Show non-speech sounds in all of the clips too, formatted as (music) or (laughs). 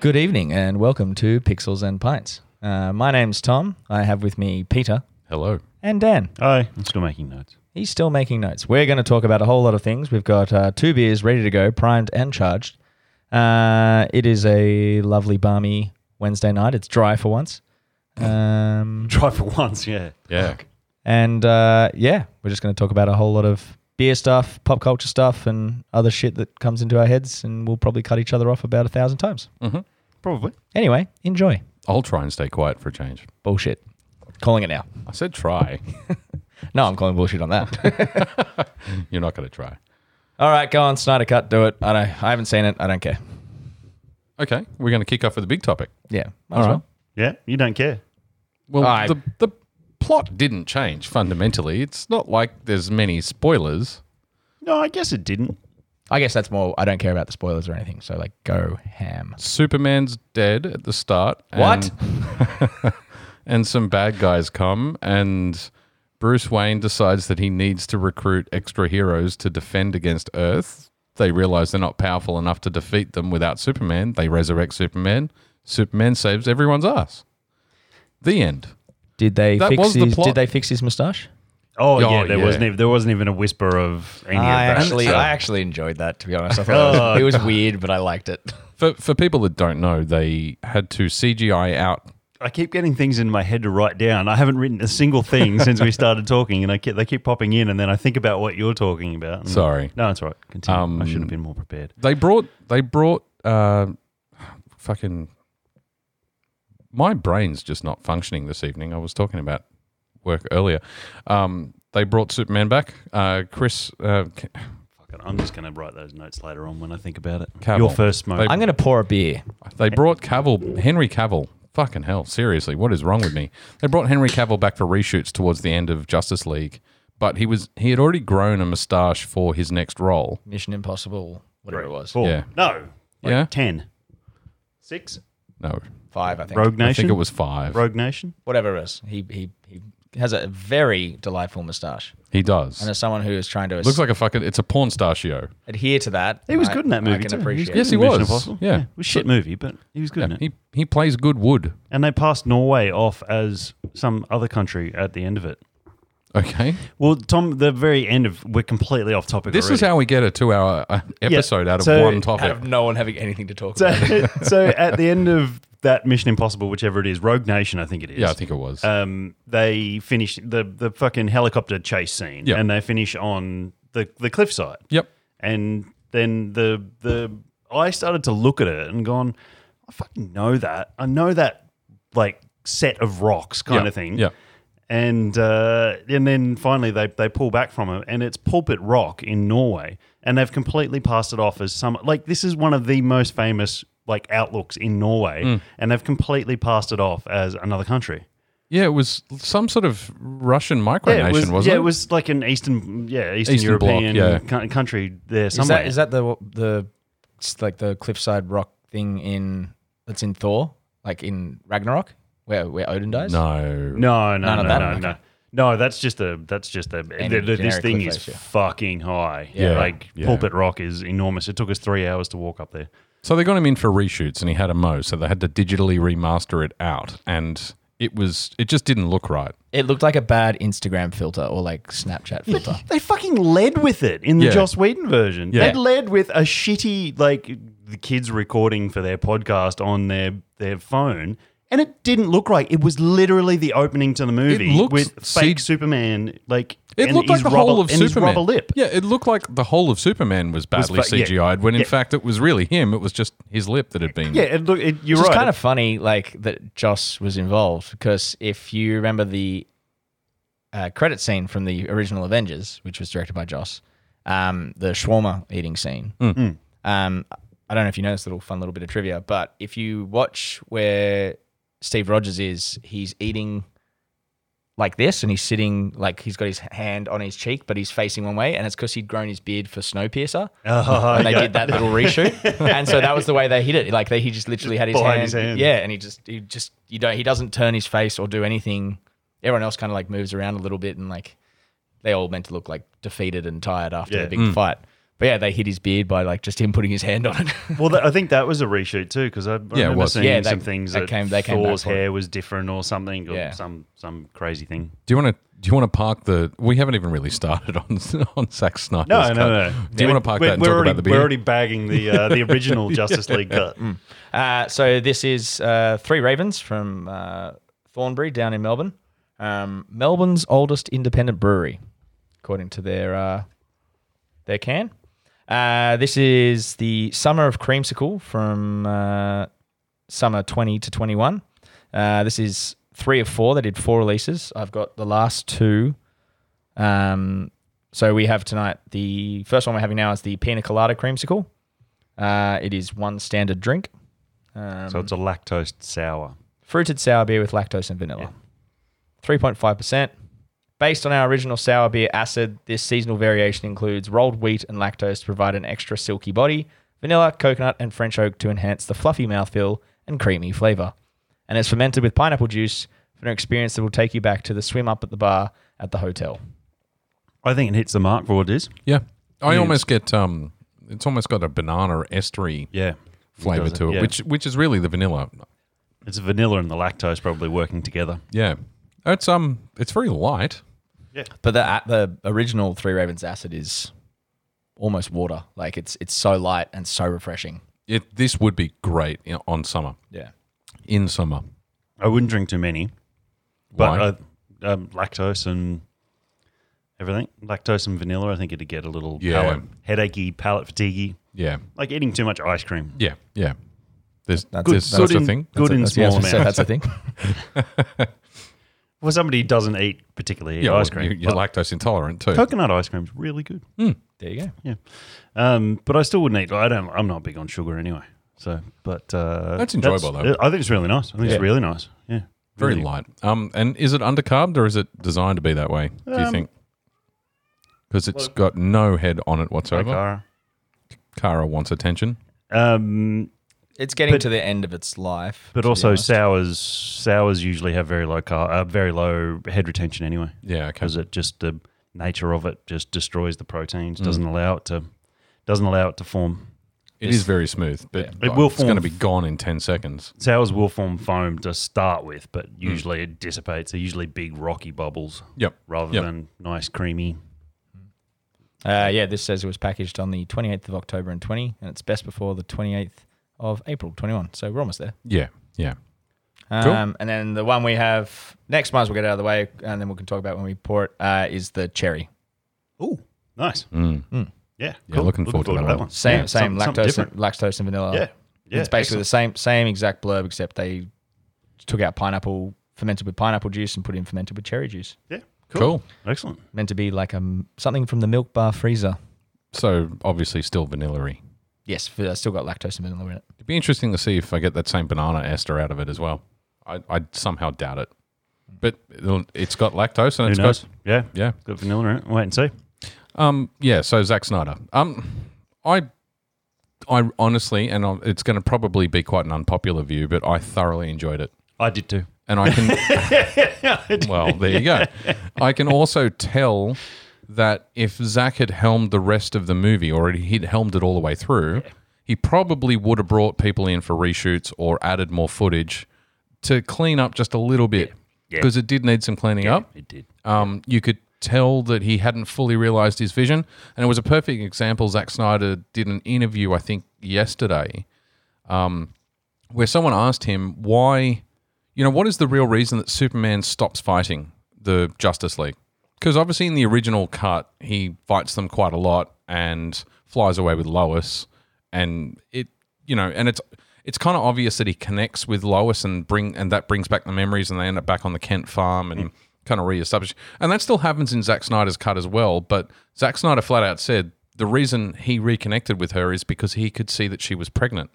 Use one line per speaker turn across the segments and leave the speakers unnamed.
Good evening and welcome to Pixels and Pints. Uh, my name's Tom. I have with me Peter
Hello.
and Dan.
Aye, I'm still making notes.
He's still making notes. We're going to talk about a whole lot of things. We've got uh, two beers ready to go, primed and charged. Uh, it is a lovely, balmy Wednesday night. It's dry for once. Um,
(laughs) Try for once, yeah.
Yeah.
and uh, yeah, we're just going to talk about a whole lot of beer stuff, pop culture stuff, and other shit that comes into our heads. And we'll probably cut each other off about a thousand times.
Probably.
Anyway, enjoy.
I'll try and stay quiet for a change.
Bullshit. Calling it now.
I said try. (laughs)
No, I'm calling bullshit on that. (laughs)
You're not going to try.
All right, go on, Snyder Cut, do it. I don't, I haven't seen it. I don't care.
Okay. We're going to kick off with a big topic.
Yeah. might
All
as
right.
well.
Yeah, you don't care.
Well,
I-
the, the plot didn't change fundamentally. It's not like there's many spoilers.
No, I guess it didn't.
I guess that's more. I don't care about the spoilers or anything. So like, go ham.
Superman's dead at the start. and-
What?
and some bad guys come, and Bruce Wayne decides that he needs to recruit extra heroes to defend against Earth. They realize they're not powerful enough to defeat them without Superman. They resurrect Superman. Superman saves everyone's ass. The end.
Did they
That
fix
was the
his?
plot.
Did they fix his moustache?
Oh,
Oh,
yeah, there
yeah.
wasn't even there wasn't even a whisper of any of that. so-
actually enjoyed that. To be honest, I thought it, was, it was weird, but I liked it.
For, for people that don't know, they had to CGI out.
I keep getting things in my head to write down. I haven't written a single thing since we started talking, and I keep, they keep popping in, and then I think about what you're talking about. and-
Sorry.
No, it's all right. Continue. I should have been more prepared.
They brought they brought uh, fucking. My brain's just not functioning this evening. I was talking about work earlier. Um, they brought Superman back. Uh, Chris uh, K-
Fuck it, I'm just going to write those notes later on when I think about it.
Cavill.
Your first smoke.
They-
I'm gonna pour a beer.
They brought Cavill, Henry Cavill. Fucking hell, seriously, what is wrong with me? They brought Henry Cavill back for reshoots towards the end of Justice League, but he was he had already grown a mustache for his next role.
Mission Impossible, whatever it was,
Four.
yeah.
No. Like
Yeah.
Ten. Six.
No,
five, I think,
Rogue Nation.
I think it was five.
Rogue Nation.
whatever it is. He he he has a very delightful moustache,
He
and
does.
as someone who is trying to
Looks like a fucking. It's a porn star
adhere to that,
He was
I-
good in that
I
movie.
can
too.
appreciate.
good
Yes,
it.
he
in Mission
was.
Impossible.
Yeah.
It was a shit movie, but he was good in it.
He he plays good wood.
And they passed Norway off as some other country at the end of it.
Okay,
Well, Tom, the very end of we're completely off topic.
this is
already.
how we get a two-hour uh, episode out of
So-
one
Out
topic.
of no one having anything to talk about.
(laughs) So, so at the end of that Mission Impossible, whichever it is, Rogue Nation, I think it is.
yeah, I think it was.
Um, they finish the the fucking helicopter chase scene,
Yeah.
and they finish on the the cliffside.
yep.
And then the the I started to look at it and gone, I fucking know that. I know that like set of rocks kind
Yeah,
of thing.
yeah.
And uh, and then finally they, they pull back from it and it's Pulpit Rock in Norway and they've completely passed it off as some like this is one of the most famous like outlooks in Norway
Hmm.
and they've completely passed it off as another country.
Yeah, it was some sort of Russian micronation,
Yeah, it was,
wasn't
yeah,
it?
it was like an Eastern yeah, Eastern,
Eastern Bloc,
European
yeah.
cou- country there
Is
somewhere.
that is that the the it's like the cliffside rock thing in that's in Thor, like in Ragnarok, where where Odin dies?
No,
No, no,
None
no,
of
no,
that?
no,
Okay.
no. That's just a. That's just a. th- th- this
generic
thing
cliff
is
face, yeah.
fucking high.
Yeah.
like
Yeah.
Pulpit Rock is enormous. It took us three hours to walk up there.
So they got him in for reshoots, and he had a mo. So they had to digitally remaster it out, and it was it just didn't look right.
It looked like a bad Instagram filter or like Snapchat filter.
They fucking led with it in the
Yeah.
Joss Whedon version.
Yeah.
They led with a shitty like the kids recording for their podcast on their their phone. And it didn't look right. It was literally the opening to the movie
looks
with fake
C-
Superman, like
It
and
looked like
his
the
rubber-
whole of
and his
Superman.
rubber lip.
Yeah, it looked like the whole of Superman was badly
fa- yeah.
CGI'd. When in
Yeah.
fact it was really him. It was just his lip that had been.
Yeah, it look. It, you're
It's
right.
kind of funny, like that Joss was involved because if you remember the uh, credit scene from the original Avengers, which was directed by Joss, um, the shawarma eating scene.
Mm.
Um, I don't know if you know this little fun little bit of trivia, but if you watch where Steve Rogers is, he's eating like this and he's sitting like he's got his hand on his cheek, but he's facing one way, and it's because he'd grown his beard for Snowpiercer.
(laughs) Oh,
and they
yeah.
did that little
(laughs)
reshoot, and so that was the way they hit it. Like they, he just literally had his hand,
Behind his hand.
yeah, and he just he just you don't he doesn't turn his face or do anything. Everyone else kind of like moves around a little bit, and like they all meant to look like defeated and tired after
Yeah. Mm.
the big fight. But yeah, they hid his beard by like just him putting his hand on it. (laughs)
Well, th- I think that was a reshoot too because I remember
was.
seeing
Yeah,
some
they-
things
they
that
came- they came back
Thor's
for it.
hair was different or something or
Yeah.
some some crazy thing.
Do you want to? Do you want to park the? We haven't even really started (laughs) on on Zack Snyder's.
No,
cut.
no, no.
Do you want to park that and talk
already,
about the
We're
beard?
already bagging the uh, the
(laughs)
original Justice League cut.
uh, so this is uh, Three Ravens from uh, Thornbury down in Melbourne. Um, Melbourne's oldest independent brewery, according to their uh, their can. Uh, this is the Summer of Creamsicle from uh, summer 20 to 21. Uh, this is three of four. They did four releases. I've got the last two. Um, so we have tonight the first one we're having now is the Pina Colada Creamsicle. Uh, it is one standard drink. Um,
Mm.
So it's a lactose sour.
fruited sour beer with lactose and vanilla. 3.5%. Based on our original sour beer acid, this seasonal variation includes rolled wheat and lactose to provide an extra silky body, vanilla, coconut, and French oak to enhance the fluffy mouthfeel and creamy flavor. And it's fermented with pineapple juice for an experience that will take you back to the swim up at the bar at the hotel.
I think it hits the mark for what it is.
Yeah, I almost get um, it's almost got a banana estery
Yeah.
flavor
does it,
to it,
yeah.
which which is really the vanilla.
It's vanilla and the lactose probably working together.
Yeah, it's um, it's very light.
But the the original Three Ravens acid is almost water. Like it's it's so light and so refreshing.
It this would be great in, on summer
Yeah.
in summer.
I wouldn't drink too many, but
Why?
uh um, lactose and everything. Lactose and vanilla, I think it'd get a little
Yeah.
palate, headachey, palate fatiguey.
Yeah,
Like eating too much ice cream.
yeah, yeah. There's
That's
there's
good-
such
good
a
in-
thing.
good in small amounts.
That's a (laughs) thing.
For somebody who doesn't eat particularly
Yeah,
ice
well,
cream.
you- You're lactose intolerant too.
Coconut ice cream's really good.
There you go.
Um, but I still wouldn't eat. I don't. I'm not big on sugar anyway. So, but uh,
That's enjoyable, though.
I think it's really nice. I think
Yeah.
it's really nice. Yeah,
Very
Really.
light. Um, and is it undercarved or is it designed to be that way? Do you
Um,
think? Because it's got no head on it
Hi,
whatsoever.
Cara.
Kara wants attention.
Um,
It's getting
But-
to the end of its life.
but
to be
also
honest.
sours. Sours usually have very low car, uh, very low head retention anyway,
Yeah, okay.
because it just the nature of it just destroys the
Mm.
proteins. Doesn't allow it to. Doesn't allow it to form.
It is very smooth, but
It will
it's going to
form-
be gone in 10 seconds.
Sours will form foam to start with, but usually it dissipates. They're usually big rocky bubbles
Yep.
rather
Yep.
than nice creamy.
Uh, yeah, this says it was packaged on the 28th of October and 20, and it's best before the 28th of April 21. So we're almost there.
Yeah, yeah. Cool.
Um, And then the one we have next, might as well get out of the way, and then we can talk about when we pour it, uh, is the cherry.
Ooh, nice.
Mm.
Yeah,
Yeah, looking forward to that one.
Same, same
Yeah. Something- something
lactose, and,
different.
lactose and vanilla.
Yeah, yeah,
it's basically the same, same exact blurb, except they took out pineapple, fermented with pineapple juice, and put in fermented with cherry juice.
Yeah,
Cool.
excellent.
Meant to be like a m- something from the milk bar freezer.
So, obviously, still vanilla
Yes, f- uh, still got lactose and vanilla in it.
It'd be interesting to see if I get that same banana ester out of it as well. I, I somehow doubt it. But it'll- it's got lactose and
Who
it's
knows?
got.
yeah,
Yeah.
got vanilla in it. Wait and see.
Um, yeah, so Zack Snyder. Um, I, I honestly, and i it's going to probably be quite an unpopular view, but I thoroughly enjoyed it.
I did too.
And I can,
(laughs)
well, there you go. I can also tell that if Zach had helmed the rest of the movie or he'd helmed it all the way through, he probably would have brought people in for reshoots or added more footage to clean up just a little bit
Yeah.
because it did need some cleaning up.
It did.
Um, you could tell that he hadn't fully realized his vision. And it was a perfect example. Zack Snyder did an interview, I think, yesterday, um, where someone asked him why, you know, what is the real reason that Superman stops fighting the Justice League? Because obviously in the original cut, he fights them quite a lot and flies away with Lois. And it, you know, and it's. It's kind of obvious that he connects with Lois and bring and that brings back the memories, and they end up back on the Kent farm and kind of reestablish. And that still happens in Zack Snyder's cut as well. But Zack Snyder flat out said the reason he reconnected with her is because he could see that she was pregnant.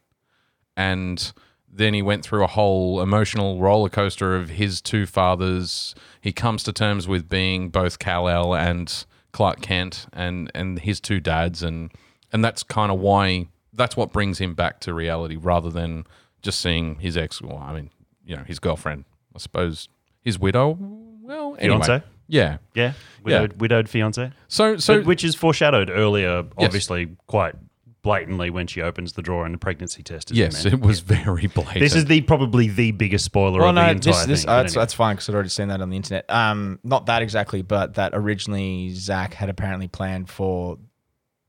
And then he went through a whole emotional roller coaster of his two fathers. He comes to terms with being both Kal El and Clark Kent, and and his two dads, and and that's kind of why that's what brings him back to reality, rather than just seeing his ex. Well, I mean, you know, his girlfriend, I suppose, his widow. Well, anyway,
Fiance?
Yeah.
Yeah, widowed, widowed fiance,
So so
But- which is foreshadowed earlier,
Yes.
obviously quite blatantly when she opens the drawer and the pregnancy test is
yes,
in there.
it was very blatant.
This is the probably the biggest spoiler
Well,
of the
no,
entire
this, this,
thing.
uh,
but
that's,
anyway.
that's fine because I'd already seen that on the internet. Um, not that exactly, but that originally Zach had apparently planned for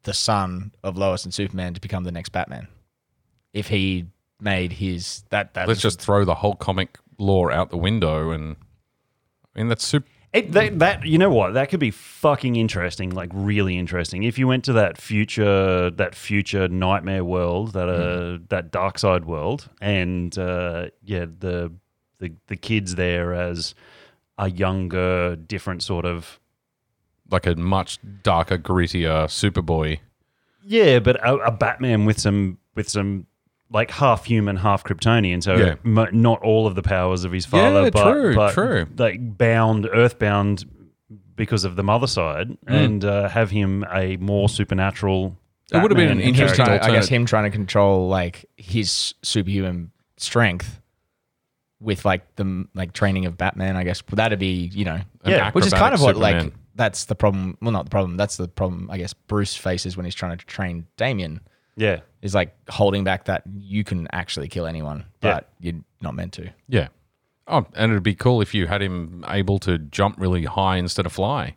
the son of Lois and Superman to become the next Batman. If he made his that that
let's just throw the whole comic lore out the window and I mean that's super
It, that, that you know what that could be fucking interesting, like really interesting. If you went to that future, that future nightmare world, that uh, that dark side world, and uh, yeah, the, the the kids there as a younger, different sort of
like a much darker, grittier Superboy.
yeah, but a, a Batman with some with some like half human, half Kryptonian. So
Yeah.
mo- not all of the powers of his father,
Yeah,
but,
true,
but
true.
like bound, earthbound because of the mother side,
Mm.
and uh, have him a more supernatural.
It would have been an
Batman
he was
interesting-
character.
trying, I guess
alternate-
him trying to control like his superhuman strength with like the like training of Batman. I guess that'd be you know
an
Yeah,
which is kind
acrobatic
of what like
Superman.
that's the problem. Well, not the problem. That's the problem I guess Bruce faces when he's trying to train Damien.
Yeah,
is like holding back that you can actually kill anyone, but you're not meant to.
Yeah. Oh, and it'd be cool if you had him able to jump really high instead of fly.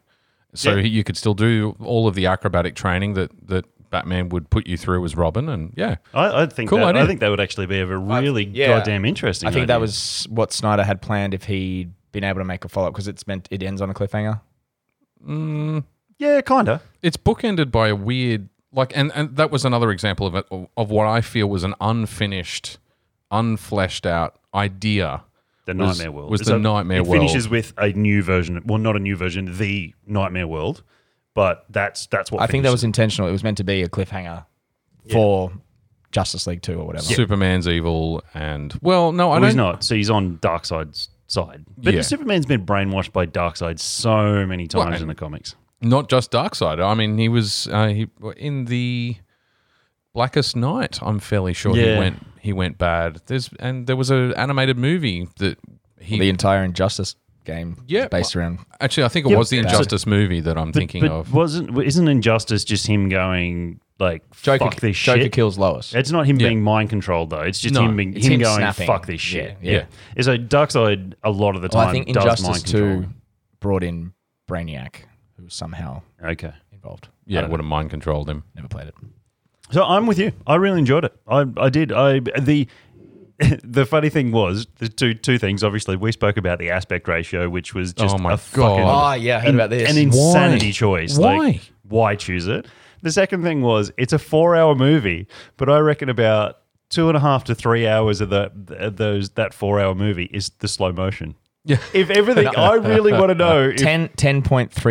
So
Yeah.
he you could still do all of the acrobatic training that, that Batman would put you through as Robin. And yeah,
I, I think
Cool
that, I
idea.
think that would actually be a really
yeah.
goddamn interesting.
I think that
idea.
was what Snyder had planned if he'd been able to make a follow up because it's meant it ends on a cliffhanger.
yeah, kinda.
it's bookended by a weird like and, and that was another example of it of what I feel was an unfinished, unfleshed out idea.
The
was-
Nightmare World
was the Nightmare
it
World.
finishes with a new version. Well, not a new version, the Nightmare World, but that's that's what
I think that
finishes
was intentional. It was meant to be a cliffhanger for Justice League Two or whatever.
Superman's evil and well, no, I
Well, he's
don't
not. So he's on Darkseid's side. But
Yeah.
Superman's been brainwashed by Darkseid so many times in the comics.
not just Darkseid. I mean, he was uh, he in the Blackest Night. I'm fairly sure
Yeah.
he went he went bad. There's and there was an animated movie that he
The entire Injustice game
Yeah,
is based around.
actually I think it
Yeah,
was the
but-
Injustice movie that I'm thinking
but
of.
wasn't isn't Injustice just him going like
Joker,
fuck this
Joker
shit?
kills Lois.
it's not him being mind controlled though. It's just
No,
him being
it's
him,
him
going
snapping.
fuck this shit.
Yeah, yeah.
Yeah. So Darkseid a lot of the time
Well, I think
does
Injustice
mind control.
Two brought in Brainiac, who was somehow
Okay.
involved.
yeah, would have mind
(laughs)
controlled him.
Never played it.
So I'm with you. I really enjoyed it. I, I did. I the (laughs) the funny thing was the two two things. Obviously, we spoke about the aspect ratio, which was just
Oh my
a fucking
God.
Oh yeah, I heard about this.
an insanity
Why?
choice.
Why?
Like, why choose it? The second thing was it's a four hour movie, but I reckon about two and a half to three hours of the, th those that four hour movie is the slow motion.
Yeah. (laughs)
If everything, I really want to know. If,
10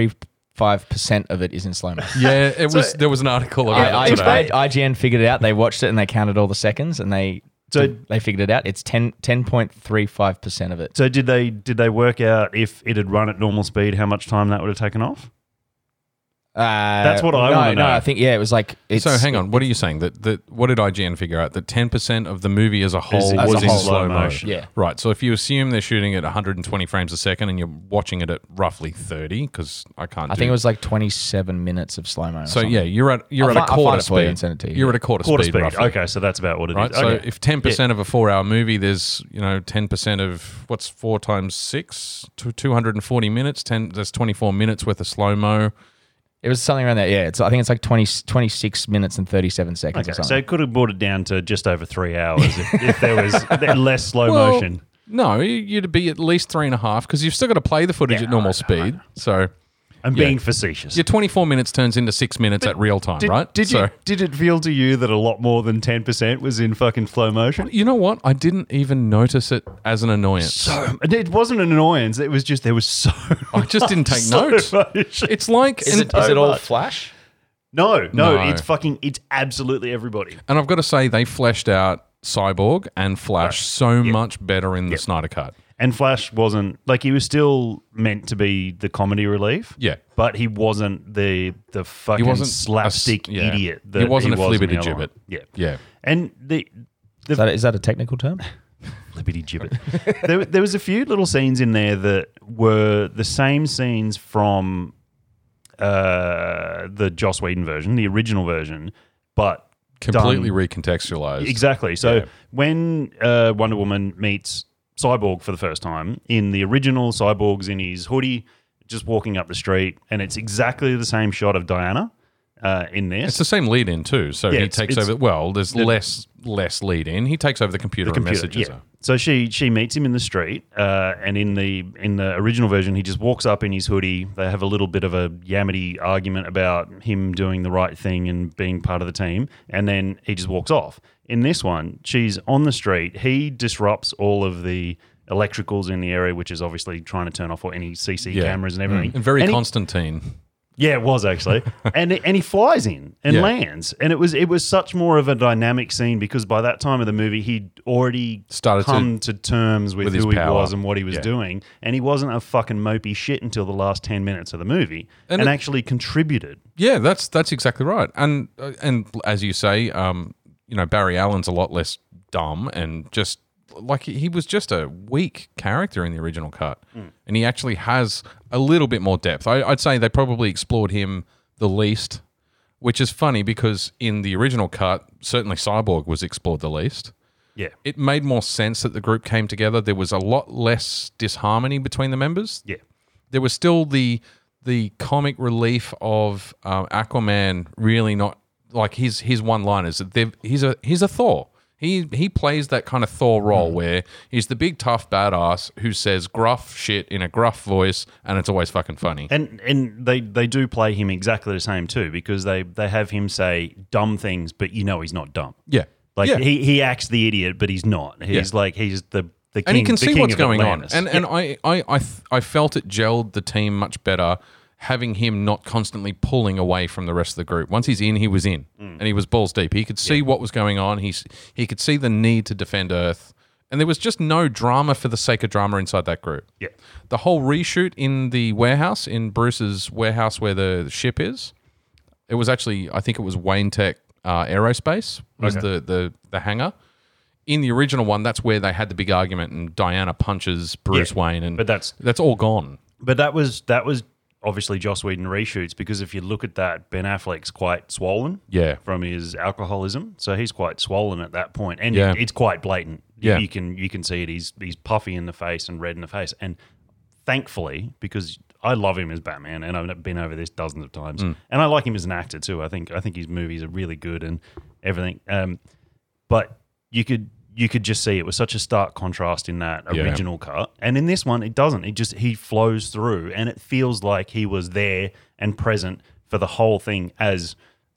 10.35% of it is in slow mo.
Yeah, it was there was an article
I,
about
I,
it today.
I- IGN figured it out. They watched it and they counted all the seconds and they
So-
they figured it out. It's 10, 10.35% of it.
so did they did they work out if it had run at normal speed, how much time that would have taken off?
Uh, That's
what I
no,
wanna
No,
know.
I think, yeah, it was like. It's,
so hang on, what are you saying? That that what did IGN figure out? That ten percent of the movie as a whole
in-
was
as a
in
whole.
slow
Slow
motion.
motion.
Yeah.
Right. So if you assume they're shooting at 120 frames a second and you're watching it at roughly 30, because I can't.
I
do-
think it was like 27 minutes of slow mo.
So yeah, you're at you're
I'll fi-
at a
I'll find
quarter
it for you and
speed.
send it to you.
You're at a quarter,
Quarter
speed,
speed.
roughly.
Okay, so that's about what it is.
Right. So
Okay.
if 10 percent of a four-hour movie, there's you know 10 percent of what's four times six to 240 minutes. Ten. That's 24 minutes worth of slow mo.
It was something around that. Yeah. It's, I think it's like 20, 26 minutes and 37 seconds
Okay,
or
so
something.
it could have brought it down to just over three hours if, if there (laughs) was less slow motion.
No, you'd be at least three and a half because you've still got to play the footage at normal speed. So
I'm
yeah.
being facetious.
your 24 minutes turns into six minutes at real time,
Did,
right?
did
so,
you did it feel to you that a lot more than ten percent was in fucking slow motion?
You know what? I didn't even notice it as an annoyance.
(laughs) So and it wasn't an annoyance. It was just there was (laughs) so.
I just didn't take
slow
notes.
motion.
It's like,
Is
and,
it, is it all
much.
flash?
no, no,
No.
it's fucking. It's absolutely everybody.
and I've got to say, they fleshed out Cyborg and Flash so much better in the Snyder Cut.
And Flash wasn't like he was still meant to be the comedy relief.
Yeah.
but he wasn't the the fucking
wasn't a s-
slapstick
yeah.
idiot.
He
That
wasn't a
was in the
flibbity
other one.
gibbet.
Yeah,
Yeah.
and the (laughs)
Is that, is that a technical term?
Liberty Gibbet.
(laughs)
there, there was a few little scenes in there that were the same scenes from uh, the Joss Whedon version, the original version, but
Completely
done-
recontextualized.
Exactly. So
Yeah.
when uh, Wonder Woman meets Cyborg for the first time in the original, Cyborg's in his hoodie, just walking up the street, and it's exactly the same shot of Diana uh, in
It's
this.
the same lead in too. So
Yeah,
he
it's-
takes
it's-
over. Well, there's less less lead in. He takes over the computer, and messages her.
So she she meets him in the street, uh, and in the in the original version, he just walks up in his hoodie. They have a little bit of a yamity argument about him doing the right thing and being part of the team, and then he just walks off. In this one, she's on the street. He disrupts all of the electricals in the area, which is obviously trying to turn off or any CC
Yeah. Mm.
cameras and everything.
And very
And he-
Constantine.
yeah, it
(laughs)
was actually, and and he flies in and
Yeah.
lands, and it was it was such more of a dynamic scene because by that time of the movie he'd already
Started to-
come to, terms with,
with his
who he
power.
was and what he was
Yeah.
doing, and he wasn't a fucking mopey shit until the last ten minutes of the movie,
And
and,
it-
actually contributed.
Yeah, that's that's exactly right. And uh, and as you say, um, you know Barry Allen's a lot less dumb and just like he he was just a weak character in the original cut, and he actually has a little bit more depth. I, I'd say they probably explored him the least, which is funny because in the original cut, certainly Cyborg was explored the least.
Yeah,
It made more sense that the group came together. There was a lot less disharmony between the members
yeah,
there was still the the comic relief of um, Aquaman really not like his his one liners. He's a he's a Thor. He he plays that kind of Thor role
Mm-hmm.
where he's the big tough badass who says gruff shit in a gruff voice, and it's always fucking funny.
and and they they do play him exactly the same too because they they have him say dumb things, but you know he's not dumb.
Yeah,
Like
yeah.
he, he acts the idiot, but he's not. He's like he's the the king.
and he can
the
see
king
what's
of
going
Atlantis.
on. And and I I I, th- I felt it gelled the team much better having him not constantly pulling away from the rest of the group. Once he's in, he was in, and he was balls deep. He could see what was going on. He s- he could see the need to defend Earth, and there was just no drama for the sake of drama inside that group.
Yeah.
the whole reshoot in the warehouse in Bruce's warehouse where the ship is it was actually I think it was Wayne Tech uh, Aerospace was the, the the hangar. In the original one, that's where they had the big argument, and Diana punches Bruce
Yeah,
Wayne, and
but that's-
that's all gone.
But that was that was obviously Joss Whedon reshoots because if you look at that, Ben Affleck's quite swollen
Yeah,
from his alcoholism, so he's quite swollen at that point, and
Yeah.
it, it's quite blatant.
Yeah.
you can you can see it. He's he's puffy in the face and red in the face, and thankfully because. I love him as Batman, and I've been over this dozens of times.
Mm.
And I like him as an actor too. I think I think his movies are really good and everything. Um, but you could you could just see it was such a stark contrast in that
Yeah.
original cut and in this one it doesn't it just he flows through and it feels like he was there and present for the whole thing as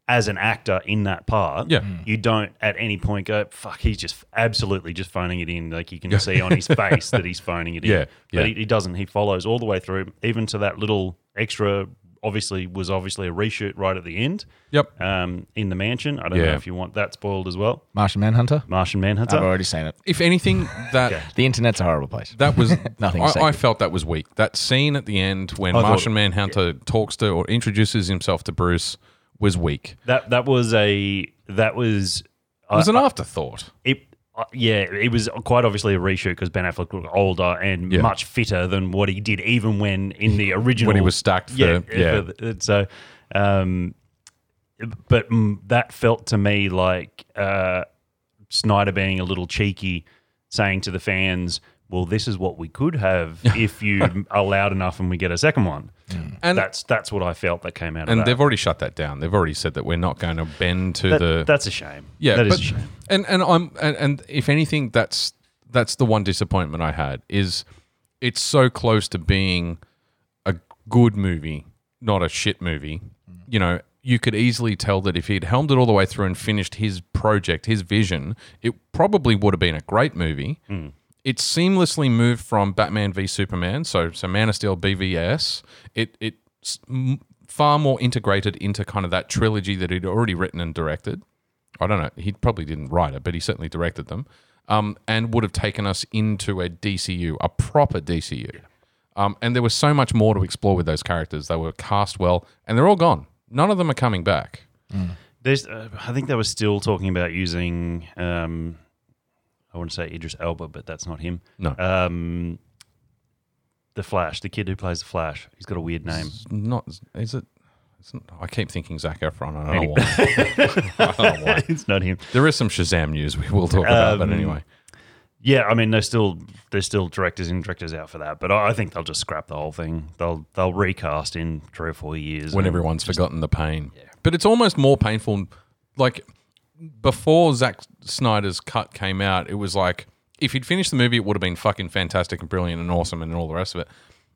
as an actor in that part
Yeah. Mm.
you don't at any point go fuck he's just absolutely just phoning it in like you can see on his face that he's phoning it in
(laughs) Yeah,
but
yeah.
He, he doesn't he follows all the way through even to that little extra obviously was obviously a reshoot right at the end
yep.
um, in the mansion i don't know
Yeah.
if you want that spoiled as well
Martian Manhunter.
Martian Manhunter.
I've already seen it.
If
(laughs)
anything, that
Okay.
The internet's a horrible place.
that
(laughs)
was
Nothing
I,
sacred.
I felt that was weak. That scene at the end when
thought-
Martian Manhunter talks to or introduces himself to Bruce was weak.
That that was a that was uh,
It was an afterthought.
it. Uh, yeah, it was quite obviously a reshoot because Ben Affleck looked older and
Yeah.
much fitter than what he did even when in the original
When he was stacked for-
yeah
yeah.
for the- so um, but mm, that felt to me like uh, Snyder being a little cheeky, saying to the fans. Well, this is what we
(laughs)
could have if you are loud enough and we get a second one.
And-
that's that's what I felt that came out of
Mm. And
that.
they've already shut that down. They've already said that we're not going to bend to
That-
the
that's a shame.
Yeah,
that is
but,
a shame.
And and I'm and, and if anything, that's that's the one disappointment I had is it's so close to being a good movie, not a shit movie. You know, you could easily tell that if he'd helmed it all the way through and finished his project, his vision, it probably would have been a great movie. It seamlessly moved from Batman v Superman, so so Man of Steel, BVS. It it s- m- far more integrated into kind of that trilogy that he'd already written and directed. I don't know. He probably didn't write it, but he certainly directed them, um, and would have taken us into a DCU, a proper DCU. Um, and there was so much more to explore with those characters. They were cast well, and they're all gone. None of them are coming back.
There's, uh, I think they were still talking about using um, I wouldn't say Idris Elba, but that's not him.
No.
Um, the Flash, the kid who plays the Flash, he's got a weird name.
It's not is it? It's not, I keep thinking Zach Efron. I don't know why. (laughs) I don't know why.
(laughs) it's not him.
There is some Shazam news we will talk about, but
Um,
anyway,
Yeah, I mean, they're still they're still directors in directors out for that, but I I think they'll just scrap the whole thing. They'll they'll recast in three or four years
when
and-
everyone's forgotten the pain, but it's almost more painful. Like before Zack Snyder's cut came out, it was like if he'd finished the movie, it would have been fucking fantastic and brilliant and awesome and all the rest of it.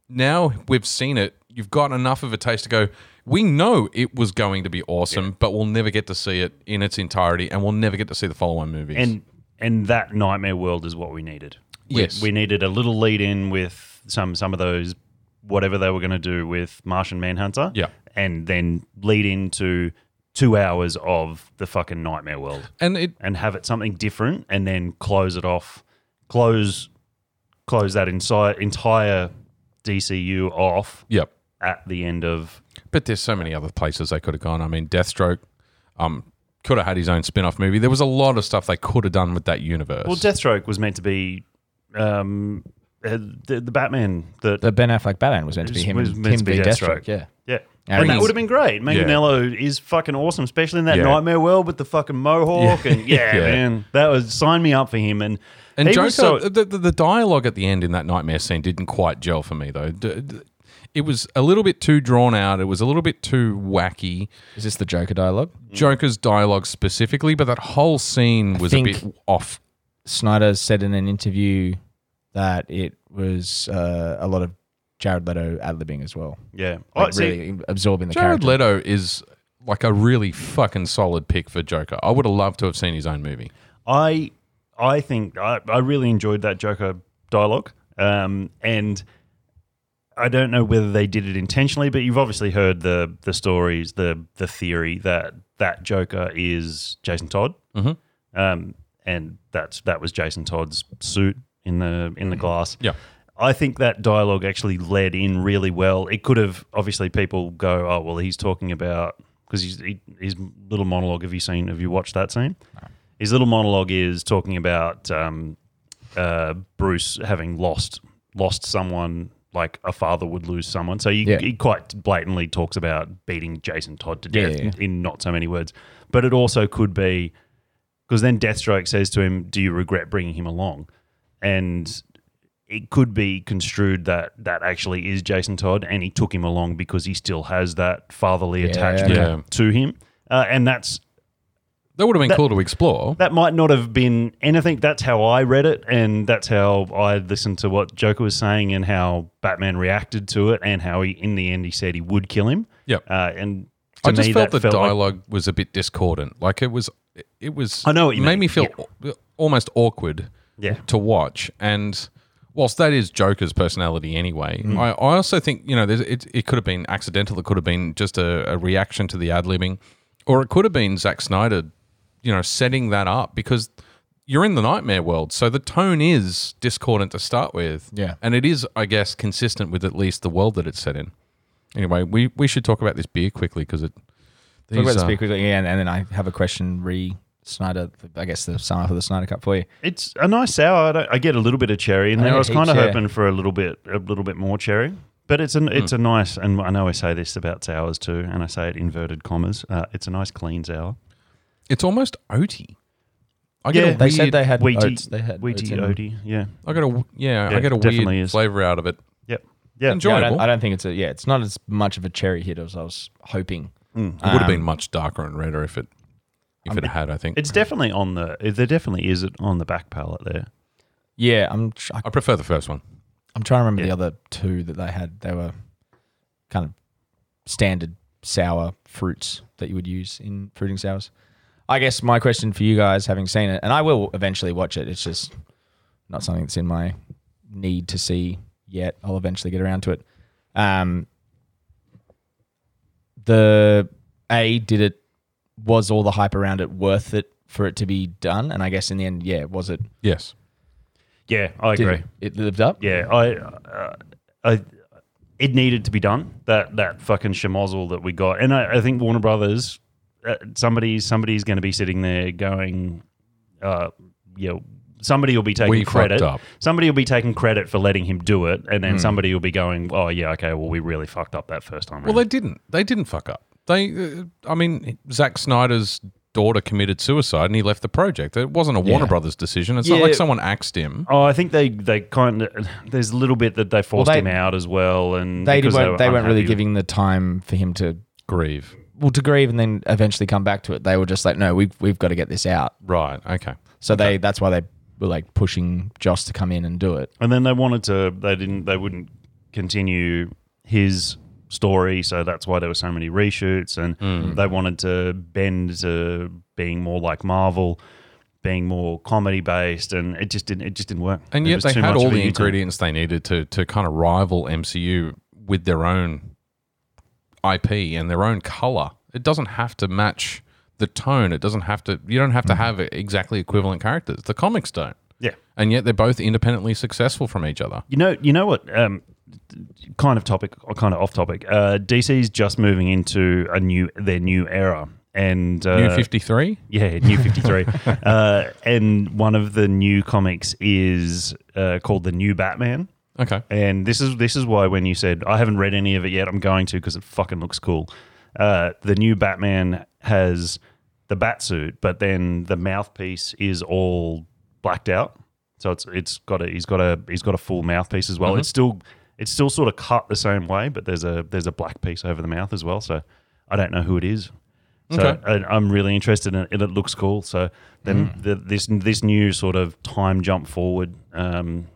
Now we've seen it. You've got enough of a taste to go. We know it was going to be awesome, but we'll never get to see it in its entirety, and we'll never get to see the following movies.
and and that nightmare world is what we needed. We-
Yes.
we, needed a little lead in with some some of those whatever they were going to do with Martian Manhunter.
Yeah.
and then lead into two hours of the fucking nightmare world
and it
and have it something different, and then close it off, close close that entire entire DCU off
Yep.
at the end of
But there's so many other places they could have gone. I mean, Deathstroke um, could have had his own spin off movie. There was a lot of stuff they could have done with that universe.
well, Deathstroke was meant to be. Um, uh, the, the Batman that
The Ben Affleck Batman was meant to be
It
him.
was
and-
meant
him
to be
be
Deathstroke.
Deathstroke. Yeah.
Yeah.
Yeah,
and that
he's-
would have been great. Manganello is fucking awesome, especially in that
Yeah.
nightmare world with the fucking mohawk. And yeah,
Yeah.
man, that was sign me up for him. And
and
he
Joker,
was so-
the, the, the dialogue at the end in that nightmare scene didn't quite gel for me, though. D- d- It was a little bit too drawn out. It was a little bit too wacky.
Is this the Joker dialogue?
Joker's dialogue specifically, but that whole scene was a
think-
bit off.
Snyder said in an interview that it was uh, a lot of Jared Leto ad libbing as well.
yeah,
Like
I see,
really absorbing the
Oh, Jared
character.
Leto is like a really fucking solid pick for Joker. I would have loved to have seen his own movie.
I, I think I, I really enjoyed that Joker dialogue. Um, and I don't know whether they did it intentionally, but you've obviously heard the the stories, the the theory that that Joker is Jason Todd.
Mhm.
Um, and that's that was Jason Todd's suit in the in the glass.
Yeah.
I think that dialogue actually led in really well. It could have obviously people go, oh well, he's talking about because he's he, his little monologue. Have you seen? Have you watched that scene? His little monologue is talking about um, uh, Bruce having lost lost someone like a father would lose someone. So he,
Yeah.
he quite blatantly talks about beating Jason Todd to
Yeah,
death
yeah, yeah.
in not so many words. But it also could be because then Deathstroke says to him, "Do you regret bringing him along?" And it could be construed that that actually is Jason Todd, and he took him along because he still has that fatherly attachment
Yeah.
to him. Uh, and that's
That would have been cool to explore.
that might not have been anything. That's how I read it, and that's how I listened to what Joker was saying, and how Batman reacted to it, and how he, in the end, he said he would kill him.
Yep.
Uh, and to
I just
me,
felt the
that felt like-
dialogue was a bit discordant. Like it was, it was.
I know what you
it made
mean.
me feel al- almost awkward.
Yeah.
To watch, and whilst that is Joker's personality anyway,
Mm.
I, I also think you know there's, it it could have been accidental. It could have been just a, a reaction to the ad libbing, or it could have been Zack Snyder, you know, setting that up because you're in the nightmare world, so the tone is discordant to start with.
Yeah.
and it is, I guess, consistent with at least the world that it's set in. Anyway, we, we should talk about this beer quickly because it.
Talk about
these,
this
uh,
pretty quickly, yeah, and, and then I have a question re Snyder, I guess the summer for the Snyder Cup for you.
It's a nice sour. I, don't, I get a little bit of cherry in
I
there. I,
don't
was
hate
kind of
cherry.
hoping for a little bit, a little bit more cherry. But it's an,
Hmm.
it's a nice, and I know I say this about sours too, and I say it inverted commas. Uh, it's a nice clean sour.
It's almost oaty. I get
Yeah,
a
They
weird,
said they had
Wheaty,
oats. They had oats
wheaty,
in them.
oaty. Yeah,
I got a w- yeah,
Yeah,
I get a
definitely
weird
is.
flavor out of it.
yep, yeah.
Enjoy.
Yeah, I
Enjoyable.
don't, I don't think it's a yeah. It's not as much of a cherry hit as I was hoping. Uh,
It would have
Um,
been much darker and redder if it if it had. I think
It's definitely on the. There definitely is it on the back palate there.
Yeah, I'm tr-
I prefer the first one.
I'm trying to remember the other two that they had. They were kind of standard sour fruits that you would use in fruiting sours. I guess my question for you guys, having seen it, and I will eventually watch it. It's just not something that's in my need to see yet. I'll eventually get around to it. Um, the A did it. Was all the hype around it worth it for it to be done? And I guess in the end, yeah, was it?
Yes,
Yeah, I
Did
agree.
it, it lived up?
Yeah, I, uh, I, it needed to be done. That that fucking schmozzle that we got, and I, I think Warner Brothers, uh, somebody somebody's going to be sitting there going, uh, yeah, somebody will be taking
We
credit.
fucked up.
Somebody will be taking credit for letting him do it, and
Hmm.
then somebody will be going, "Oh yeah, okay, well we really fucked up that first time."
Well,
round."
they didn't. They didn't fuck up. They, uh, I mean, Zack Snyder's daughter committed suicide and he left the project. It wasn't a Warner Brothers decision. It's not
Yeah.
like someone axed him.
Oh, I think they, they kind of there's a little bit that they forced
they-
him out as well, and
They,
because
weren't, they weren't really
unhappy.
giving the time for him to
Grieve.
well to grieve and then eventually come back to it. They were just like, no, we've we've got to get this out.
Right. Okay.
So they that's why they were like pushing Joss to come in and do it.
And then they wanted to, they didn't, they wouldn't continue his story, so that's why there were so many reshoots, and
Hmm.
they wanted to bend to being more like Marvel, being more comedy based, and it just didn't, it just didn't work.
And
It
yet
was
they
too
had
much
all
of a
the
U-turn.
ingredients they needed to to kind of rival MCU with their own IP and their own color. It doesn't have to match the tone. It doesn't have to. You don't have to
Hmm.
have exactly equivalent characters. The comics don't.
Yeah,
And yet they're both independently successful from each other.
you know, you know what? Um, kind of topic, or kind of off topic. Uh, DC's just moving into a new their new era. And uh,
New Fifty Three.
Yeah, New 53. uh, and one of the new comics is uh, called The New Batman.
Okay.
And this is this is why when you said I haven't read any of it yet, I'm going to because it fucking looks cool. Uh, the new Batman has the batsuit, but then the mouthpiece is all blacked out. So it's it's got a he's got a he's got a full mouthpiece as well. It's still it's still sort of cut the same way, but there's a there's a black piece over the mouth as well. So I don't know who it is. So
Okay.
I, I'm really interested in it, and it looks cool. So then the, this this new sort of time jump forward um,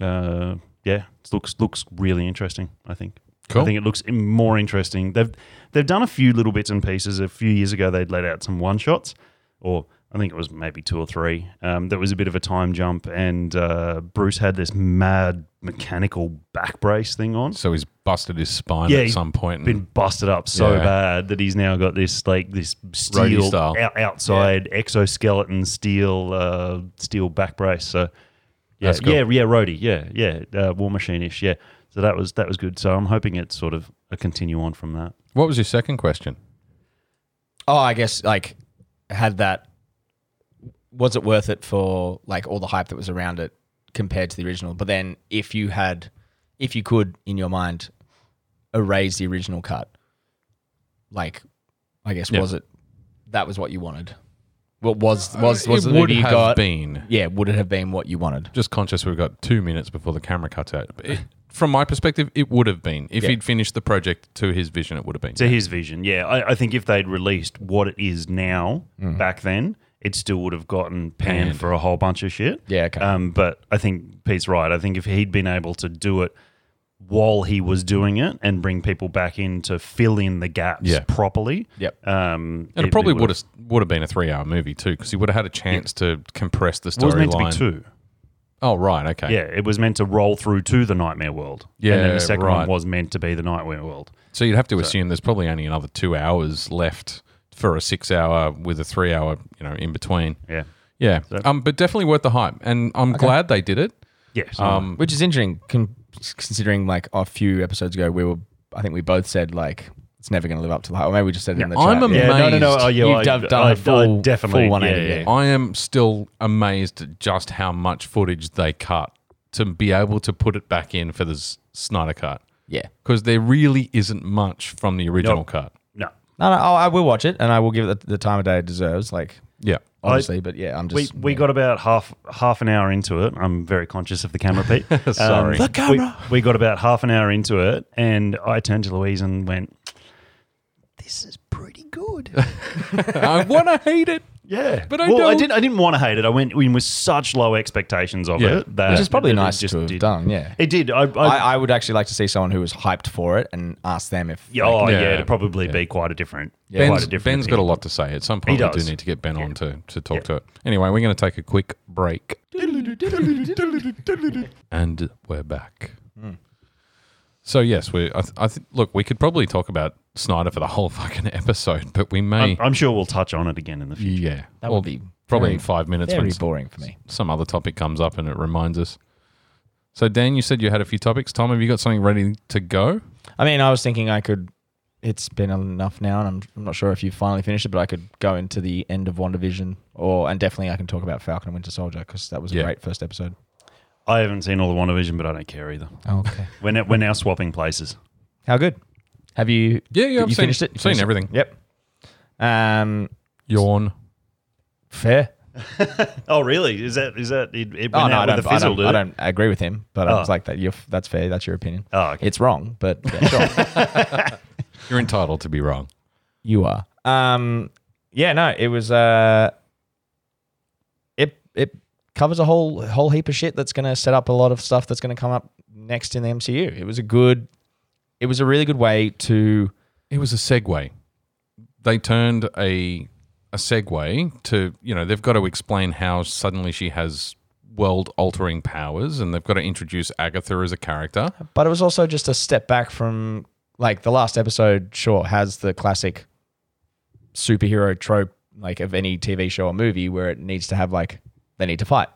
uh, yeah, it looks looks really interesting. I think.
Cool.
I think it looks im- more interesting. They've they've done a few little bits and pieces. A few years ago, they'd let out some one shots, or I think it was maybe two or three. Um, there was a bit of a time jump, and uh, Bruce had this mad mechanical back brace thing on.
So he's busted his spine
Yeah,
at
he's
some point. and-
Been busted up so
Mm. Yeah.
bad that he's now got this like this
Roadie
steel
style.
out- outside exoskeleton steel uh, steel back brace. So yeah,
That's cool.
yeah, yeah, roadie, yeah, yeah, uh, war machine ish, yeah. So that was that was good. So I'm hoping it's sort of a continue on from that.
What was your second question?
Oh, I guess like had that was it worth it for like all the hype that was around it compared to the original? But then if you had if you could in your mind erase the original cut, like I guess
Yeah.
was it that was what you wanted? What was Uh, was was
Uh, it
the
would
movie you
have
got?
been.
Yeah, would it have been what you wanted?
just conscious we've got two minutes before the camera cuts out. But it- from my perspective, it would have been if
Yeah.
he'd finished the project to his vision. It would have been.
To his vision, yeah, I, I think if they'd released what it is now back then, it still would have gotten Mm-hmm. panned
Panned.
for a whole bunch of shit.
Yeah, okay.
Um, but I think Pete's right. I think if he'd been able to do it while he was doing it and bring people back in to fill in the gaps
Yeah.
properly,
Yep.
um,
and it, probably would
would've-
have would have been a three hour movie too, because he would have had a chance to compress the
It was meant to be
storyline.
two.
Oh right, okay.
Yeah, it was meant to roll through to the Nightmare World. and then
Yeah,
the second
right.
one was meant to be the Nightmare World.
So you'd have to assume there's probably only another two hours left for a six hour with a three hour, you know, in between.
Yeah.
Yeah. Um, but definitely worth the hype, and I'm glad they did it.
Yes.
Um,
Mm. Which is interesting, con- considering like a few episodes ago, we were, I think we both said like it's never going to live up to the hype. Or maybe we just said it in the
I'm
chat.
amazed.
yeah, no, no, no. Oh, yeah,
You've
I-
done- done
I-
a
I
full-
definitely,
full 180,
yeah, yeah.
yeah.
I am still amazed at just how much footage they cut to be able to put it back in for the S- Snyder cut
Yeah.
because there really isn't much from the original
Nope.
cut.
No.
No, no, I I will watch it and I will give it the, the time of day it deserves. Like,
Yeah.
obviously, but yeah, I'm
We,
just.
we got about half half an hour into it. I'm very conscious of the camera, Pete. Um,
Sorry. The
camera.
We, we got about half an hour into it, and I turned to Louise and went, "This is pretty good."
I want to hate it.
Yeah,
But I
well, I
don't-
didn't. I didn't want to hate it. I went in with such low expectations of
Yeah.
it that
Which is probably
it
nice
just
to have
did.
done, yeah.
It did. I,
I,
I,
I would actually like to see someone who was hyped for it and ask them if.
yeah, oh,
like-
yeah,
Yeah.
it'd probably be quite a different.
Ben's-
quite
Ben's,
a different.
Ben's got a
opinion.
lot to say. At some point,
He
we do
does.
need to get Ben on to, to talk to it. Anyway, we're going to take a quick
(laughs)
break. and we're back.
Hmm.
So, yes, we. I, th- I th- look, we could probably talk about Snyder for the (laughs) whole fucking episode, but we may.
I'm, I'm sure we'll touch on it again in the future.
yeah.
That
Well,
would be
probably
very-
in five minutes
Very
when
boring for me.
some other topic comes up and it reminds us. So, Dan, you said you had a few topics. Tom, have you got something ready to go?
I mean, I was thinking I could it's been enough now, and I'm, I'm not sure if you finally finished it, but I could go into the end of WandaVision, or and definitely I can talk about Falcon and Winter Soldier because that was a
Yeah.
great first episode.
I haven't seen all the WandaVision, but I don't care either.
Oh, Okay,
We're now, we're now swapping places.
(laughs) how good? Have you?
Yeah, yeah,
you
I've seen-
finished it. You
seen
finished it?
everything.
Yep. Um,
Yawn.
fair.
Oh, really? Is that is that it, it went
Oh no, I
out
don't,
with a
I,
fizzle,
don't,
dude?
I don't agree with him, but I was
Oh.
like that. You're, that's fair. That's your opinion.
Oh, okay.
It's wrong,
(laughs)
but yeah, sure.
You're entitled to be wrong.
You are. Um, yeah, no, it was. Uh, it it covers a whole whole heap of shit that's going to set up a lot of stuff that's going to come up next in the MCU. It was a good. It was a really good way to.
It was a segue. They turned a a segue to you know they've got to explain how suddenly she has world altering powers, and they've got to introduce Agatha as a character.
But it was also just a step back from like the last episode. Sure, has the classic superhero trope like of any TV show or movie where it needs to have like they need to fight.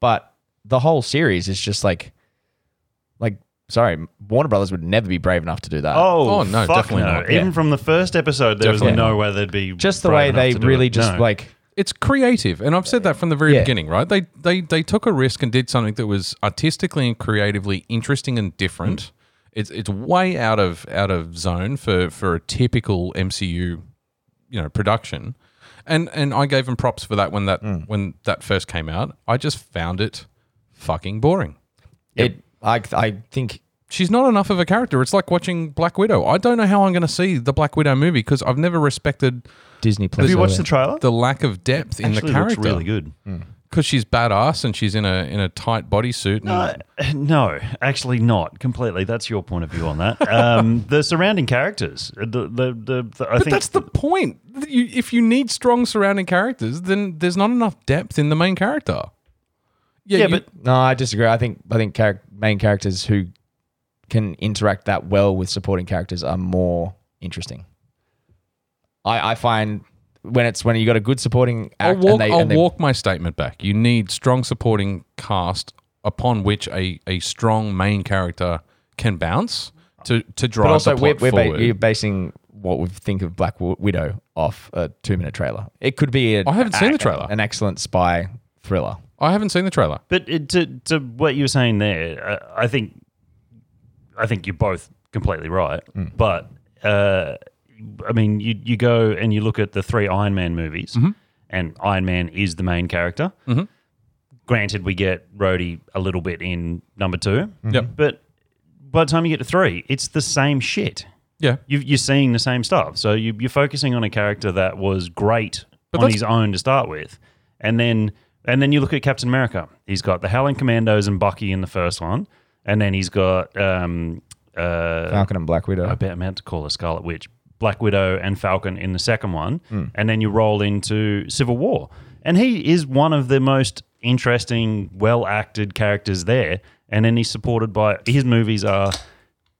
But the whole series is just like, like sorry, Warner Brothers would never be brave enough to do that.
Oh,
Oh, no,
fuck
definitely
no.
not.
Even
Yeah.
from the first episode, there
Definitely
was no way they'd be
just the
brave
way
enough
they
to do
really
it.
just
No.
like
It's creative, and I've said that from the very
Yeah.
beginning, right? They they they took a risk and did something that was artistically and creatively interesting and different. It's it's way out of out of zone for for a typical MCU, you know, production. And and I gave them props for that when that when that first came out. I just found it fucking boring.
it. I I think
She's not enough of a character. It's like watching Black Widow. I don't know how I'm going to see the Black Widow movie because I've never respected
Disney Plus.
Have you watched the trailer?
the lack of depth in the
Actually
character
looks really good.
because she's badass and she's in a in a tight bodysuit. And
Uh, (laughs) no, actually, not completely. That's your point of view on that. Um, (laughs) the surrounding characters, uh, the the, the, the I
but
think
that's the point. You, if you need strong surrounding characters, then there's not enough depth in the main character. Yeah,
Yeah,
you-
but-
No, I disagree. I think I think charac- main characters who can interact that well with supporting characters are more interesting. I I find when it's when you got a good supporting
I'll
act
walk.
and they,
I'll
and they
walk my statement back. You need strong supporting cast upon which a, a strong main character can bounce to to drive
but also
the
we're,
plot
we're, ba-
forward.
we're basing what we think of Black Wi- Widow off a two minute trailer. It could be a,
I haven't seen the trailer.
an excellent spy thriller.
I haven't seen the trailer.
But it, to to what you were saying there, I, I think, I think you're both completely right. But uh, I mean, you you go and you look at the three Iron Man movies, and Iron Man is the main character. Granted, we get Rhodey a little bit in number 2
Mm-hmm.
Yep.
but by the time you get to three, it's the same shit.
Yeah,
You, you're seeing the same stuff, so you, you're focusing on a character that was great
But
on
that's-
his own to start with, and then and then you look at Captain America. He's got the Howling Commandos and Bucky in the first one, and then he's got um, uh,
Falcon and Black Widow.
I bet I'm meant to call her Scarlet Witch, Black Widow, and Falcon in the second one, and then you roll into Civil War, and he is one of the most interesting, well acted characters there, and then he's supported by his movies are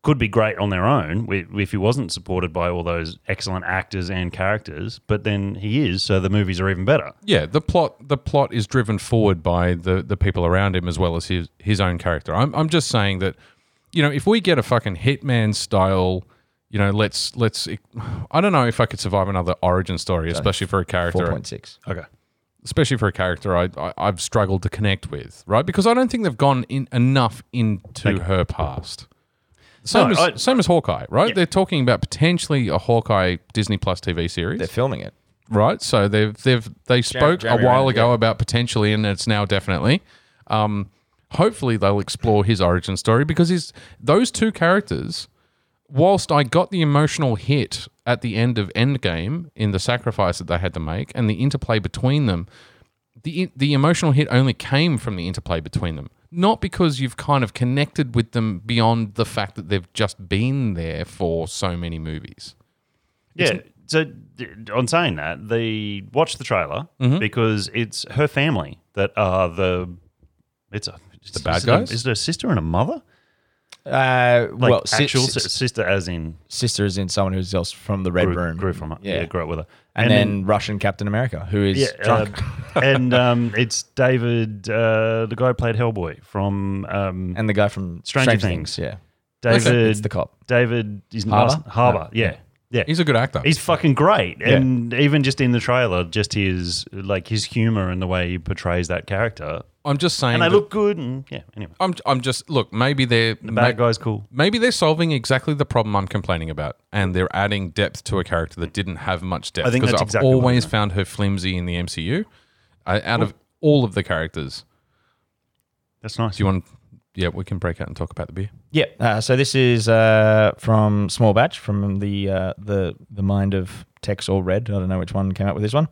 could be great on their own wi- if he wasn't supported by all those excellent actors and characters, but then he is, so the movies are even better.
Yeah, the plot the plot is driven forward by the the people around him as well as his his own character. I'm I'm just saying that, you know, if we get a fucking hitman style, you know, let's let's I don't know if I could survive another origin story, especially for a
Four
character,
point six.
Okay.
especially for a character I, I I've struggled to connect with, right? Because I don't think they've gone in enough into her past. Same
No,
as
I-
same as Hawkeye, right? They're talking about potentially a Hawkeye Disney Plus TV series
They're filming it.
right? So they've they've they spoke
Jeremy
a while
Renner,
ago about potentially, and it's now definitely. Um, hopefully, they'll explore his origin story because his those two characters. Whilst I got the emotional hit at the end of Endgame in the sacrifice that they had to make and the interplay between them, the the emotional hit only came from the interplay between them, not because you've kind of connected with them beyond the fact that they've just been there for so many movies.
Yeah. So d- on saying that, they watch the trailer
Mm-hmm.
because it's her family that are the it's a it's the
bad
is
guys?
It a, is it a sister and a mother?
Uh,
Like
well, si-
actual
si-
si- sister, as in
sister is in someone who's else from the Red
grew,
Room.
grew from it. Yeah.
Yeah.
grew up with her.
and, then, Russian Captain America, who is
yeah,
drunk, (laughs)
uh, and um, it's David, uh, the guy who played Hellboy from um,
and the guy from
Stranger
Stranger,
Things.
Things. Yeah,
David.
it's the cop.
David is
Harbour?
Harbour.
No.
Yeah, Yeah.
He's a good actor.
He's fucking great, and even just in the trailer, just his like his humor and the way he portrays that character,
I'm just saying.
and they
that-
look good, and yeah. Anyway,
I'm, I'm just look. Maybe they're
the bad guy's cool.
Maybe they're solving exactly the problem I'm complaining about, and they're adding depth to a character that didn't have much depth.
I think
Because
that's
I've
exactly what I
always
meant.
found her flimsy in the MCU. Uh, out of all of the characters,
That's nice.
do you want? Yeah, we can break out and talk about the beer.
Yeah. Uh, so this is uh, from Small Batch, from the uh, the the mind of Tex or Red. I don't know which one came up with this one,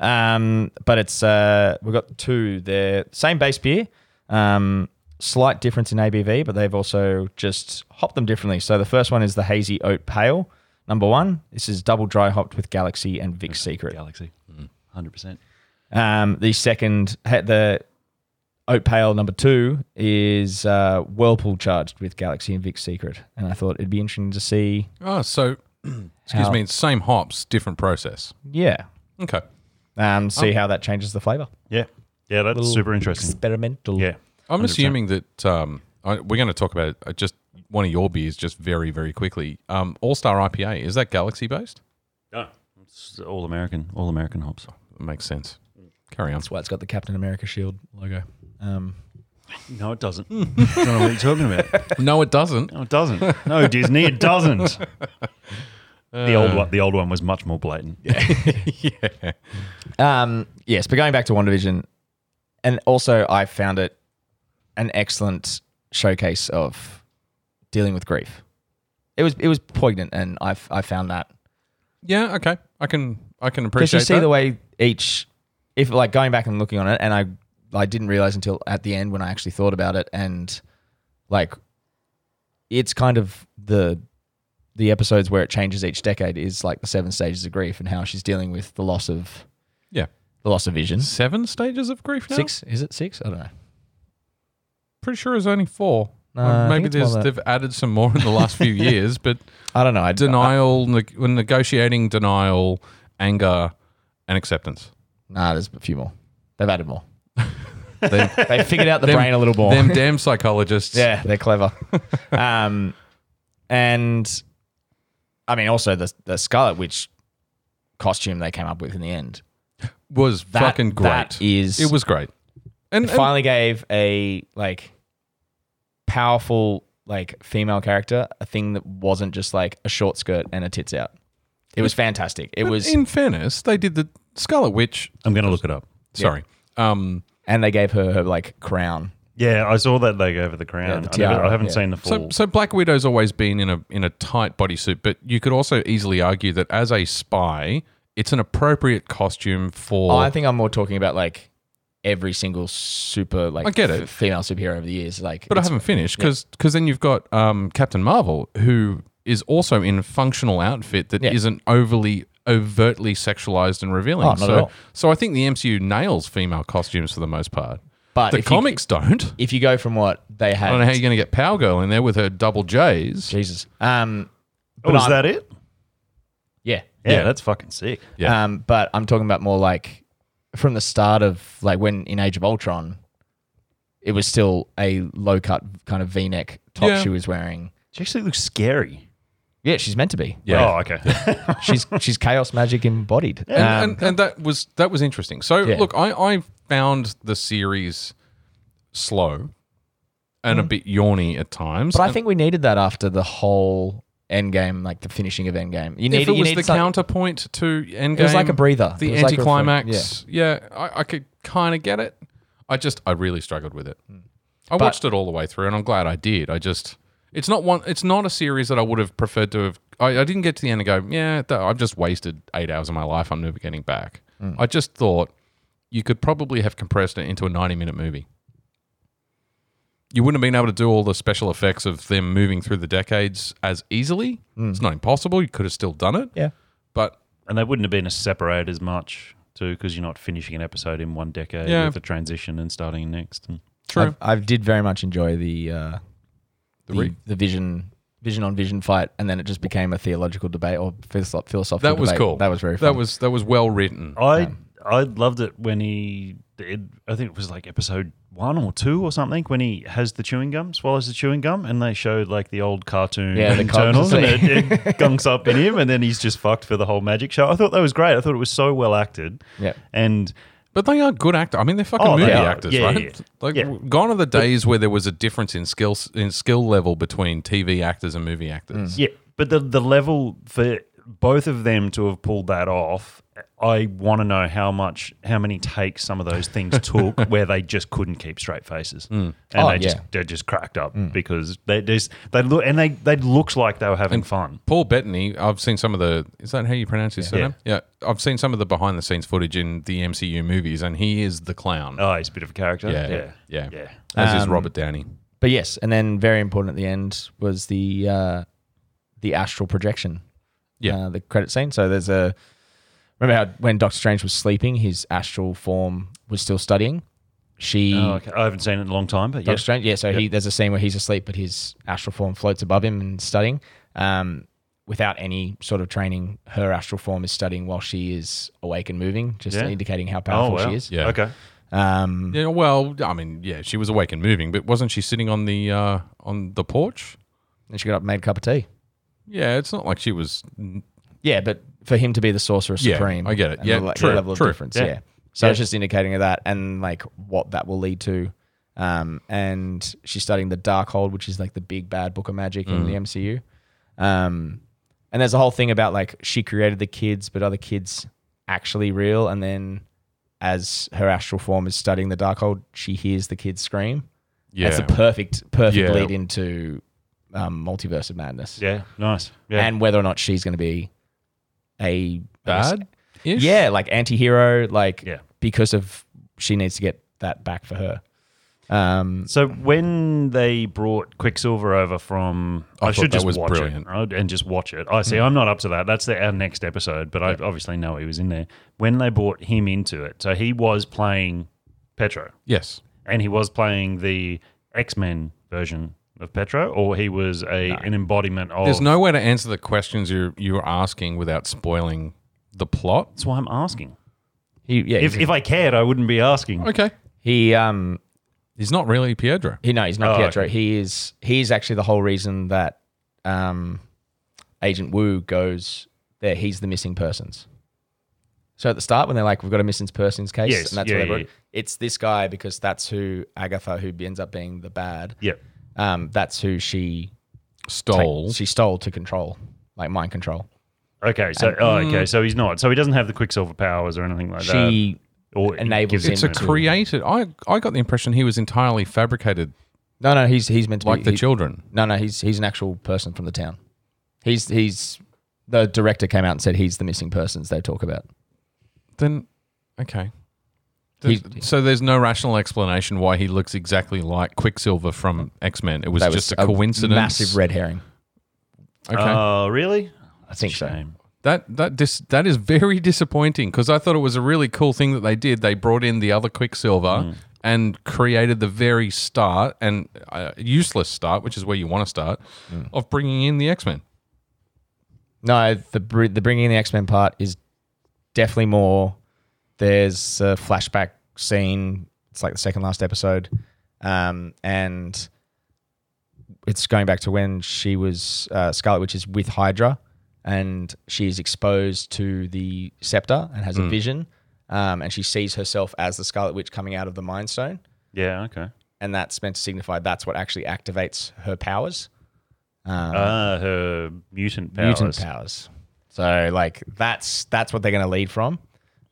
um, but it's uh, we've got two. They're same base beer, um, slight difference in ABV, but they've also just hopped them differently. So the first one is the Hazy Oat Pale. Number one, this is double dry hopped with Galaxy and Vic Secret.
Galaxy, Mm, hundred percent.
Um, the second, ha- the Oat Pale number two is uh, Whirlpool charged with Galaxy and Vic Secret, and I thought it'd be interesting to see.
Oh, so excuse
How-
me, same hops, different process.
Yeah,
Okay,
um, see
Oh.
how that changes the flavor.
Yeah, yeah, that's super interesting.
Experimental.
Yeah,
I'm assuming that um, I, we're going to talk about uh, just one of your beers just very very quickly. Um, All Star IPA is that Galaxy based?
no, it's all American, all American hops.
Makes sense. Carry
(laughs)
on.
that's why it's got the Captain America shield logo. Um,
No, it (laughs) doesn't. I don't know what you're talking about.
No, it doesn't.
(laughs) No, it doesn't. No, Disney, it (laughs) doesn't. the old one, the old one was much more blatant.
(laughs)
yeah.
Um, yes, but going back to One Division, and also I found it an excellent showcase of dealing with grief. It was it was poignant, and I I found that
Yeah, okay. I can I can
because
appreciate
you see
that.
the way each if like going back and looking on it and i i didn't realize until at the end when i actually thought about it and like it's kind of the the episodes where it changes each decade is like the seven stages of grief and how she's dealing with the loss of
yeah.
the loss of vision
Seven stages of grief now?
six is it six i don't know
Pretty sure it's only four.
No,
Uh,
I think
maybe
it's more
there's,
than that.
they've added some more in the
(laughs)
last few years, but
i don't know i
denial, neg- negotiating denial, anger, and acceptance.
nah there's a few more they've added more (laughs)
Them,
they figured out the
Them-
brain a little more
them damn psychologists.
Yeah, they're clever. (laughs) um, and I mean, also the the Scarlet Witch costume they came up with in the end
Was
That-
fucking great.
that is-
it was great. And,
it
and
finally gave a like powerful like female character a thing that wasn't just like a short skirt and a tits out. It was fantastic. It was,
in fairness, they did the Scarlet Witch.
I'm gonna look it up.
Sorry. Um,
and they gave her her like crown.
Yeah, I saw that they go over the crown.
the
I never-
tiara,
I haven't
yeah.
seen the
So,
full.
so Black Widow's always been in a in a tight bodysuit, but you could also easily argue that as a spy, it's an appropriate costume for.
I think I'm more talking about like every single super like
I get it.
female superhero over the years. Like,
but I
it's-
haven't finished because then you've got um, Captain Marvel, who is also in a functional outfit that
Yeah.
not overly overtly sexualized and revealing.
Oh, not at
so,
all.
so I think the MCU nails female costumes for the most part.
But Uh,
the
if you-
comics don't.
if you go from what they
I
had,
don't know how you're going to get Power Girl in there with her double J's.
Jesus. Um,
Oh, is
I'm-
that it?
yeah.
Yeah,
Yeah.
that's fucking sick.
Yeah.
Um, but I'm talking about more like from the start of like when in Age of Ultron, it was still a low cut kind of V neck top
Yeah.
she was wearing.
She actually looks scary.
Yeah, she's meant to be.
Yeah.
Oh, okay. (laughs)
(laughs) She's she's chaos magic embodied. Um,
and, and that was that was interesting. So
Yeah.
look, I, I found the series slow and a bit yawny at times.
Mm. but I
And
think we needed that after the whole Endgame, like the finishing of Endgame. You need
if it
you
was
need
the
some-
counterpoint to Endgame,
It was like a breather. It
The
was like a refre-
anticlimax, yeah, I, I could kind of get it. I just I really struggled with it.
Hmm.
I watched it all the way through, and I'm glad I did. I just it's not one. It's not a series that I would have preferred to have. I, I didn't get to the end and go, yeah, th- I've just wasted eight hours of my life. I'm never getting back.
Hmm.
I just thought you could probably have compressed it into a 90 minute movie. You wouldn't have been able to do all the special effects of them moving through the decades as easily.
Hmm.
It's not impossible. You could have still done it.
Yeah.
But
and they wouldn't have been as separated as much too, because you're not finishing an episode in one decade
Yeah.
with a transition and starting next. And
true.
I did very much enjoy the uh, the,
re-
the vision vision on vision fight, and then it just became a theological debate or philosoph- philosophical.
that was
debate.
cool.
That was very. Fun.
That was that was well written.
I I loved it when he it, I think it was like episode one or two or something when he has the chewing gum, swallows the chewing gum, and they showed like the old cartoon
Yeah, the cogs
internals, and
and
it, it (laughs) gunks up in him, and then he's just fucked for the whole magic show. I thought that was great. I thought it was so well acted.
Yeah.
and
But they are good actors. I mean, they're fucking
Oh, they
movie
are.
actors,
Yeah,
right?
yeah, yeah.
Like,
Yeah.
w- gone are the days where there was a difference in skill in skill level between TV actors and movie actors.
yeah, but the the level for both of them to have pulled that off. I want to know how much, how many takes some of those
(laughs)
things took, where they just couldn't keep straight faces, and
Oh,
they just
yeah. Mm.
they just cracked up because they just they look and they they looked like they were having fun.
Paul Bettany, I've seen some of the. Is that how you pronounce his surname? Yeah. I've seen some of the behind the scenes footage in the MCU movies, and he is the clown.
Oh, he's a bit of a character.
yeah,
yeah,
yeah, yeah,
yeah.
As is
Um,
Robert Downey.
But yes, and then very important at the end was the uh, the astral projection.
Yeah.
uh, the credit scene. So there's a remember how when Doctor Strange was sleeping, his astral form was still studying. She
Oh, okay. I haven't seen it in a long time, but yeah.
Doctor Strange. Yeah, so he there's a scene where he's asleep, but his astral form floats above him and studying. Um, without any sort of training, her astral form is studying while she is awake and moving, just
Yeah. Oh,
indicating how powerful
wow.
she is.
Yeah.
Okay.
Um,
Yeah, well, I mean, yeah, she was awake and moving, but wasn't she sitting on the uh, on the porch?
and she got up, and made a cup of tea.
Yeah, it's not like she was.
Yeah, but for him to be the sorcerer
Yeah,
supreme,
I get it.
and
Yeah,
the, le- the
true,
level of
true.
difference.
Yeah.
Yeah, so
Yeah.
it's just indicating of that and like what that will lead to. Um, and she's studying the Darkhold, which is like the big bad book of magic in
Mm.
the MCU. Um, and there's a whole thing about like she created the kids, but are the kids actually real? And then as her astral form is studying the Darkhold, she hears the kids scream.
Yeah,
it's a perfect, perfect
Yeah.
lead into um, multiverse of madness.
Yeah. Nice. Yeah.
And whether or not she's going to be a I guess,
bad. ish?
yeah, like anti-hero, like
Yeah.
because of she needs to get that back for her. Um,
so when they brought Quicksilver over from, I,
I thought
should
that
just
was
watch
brilliant. Mm.
it right, and just watch it. I see. I'm not up to that. That's the, our next episode, but I obviously know he was in there when they brought him into it. So he was playing Petro,
Yes.
and he was playing the X Men version of Petro, or he was a an embodiment of.
There's no way to answer the questions you you're asking without spoiling the plot.
That's why I'm asking.
he, yeah,
If,
he's-
if I cared, I wouldn't be asking.
Okay.
he, um,
He's not really Pietro.
he, no, he's not
Oh,
Pietro. He is, he is actually the whole reason that, um, Agent Wu goes there. He's the missing persons. So at the start, when they're like, "We've got a missing persons case,"
Yes,
and that's
yeah,
what they
yeah,
brought- it's this guy because that's who Agatha, who ends up being the bad,
Yeah.
um, that's who she take-
Stole.
she stole to control, like mind control.
Okay, so oh, okay, so he's not. So he doesn't have the Quicksilver powers or anything like that.
She
um,
or he
enables
gives
him
it's a
in-
created. I I got the impression he was entirely fabricated,
no, no, he's he's meant to
like
be
the
he-
children.
No, no, he's he's an actual person from the town. He's he's the director came out and said he's the missing persons they talk about.
Then, okay. Th-
He-
so there's no rational explanation why he looks exactly like Quicksilver from X Men. It was
That
just a coincidence.
massive red herring.
Okay.
Oh, really?
I think so.
That that dis- that is very (laughs) disappointing because I thought it was a really cool thing that they did. They brought in the other Quicksilver and created the very start and uh, useless start, which is where you want to start, of bringing in the X Men.
No, the br- the bringing in the X Men part is definitely more. There's a flashback scene. It's like the second last episode, um, and it's going back to when she was uh, Scarlet Witch is with Hydra, and she's exposed to the scepter and has a vision, um, and she sees herself as the Scarlet Witch coming out of the Mind Stone
Yeah. Okay.
and that's meant to signify that's what actually activates her powers,
Uh,
um,
Ah, her mutant powers.
mutant powers. So like that's that's what they're going to lead from.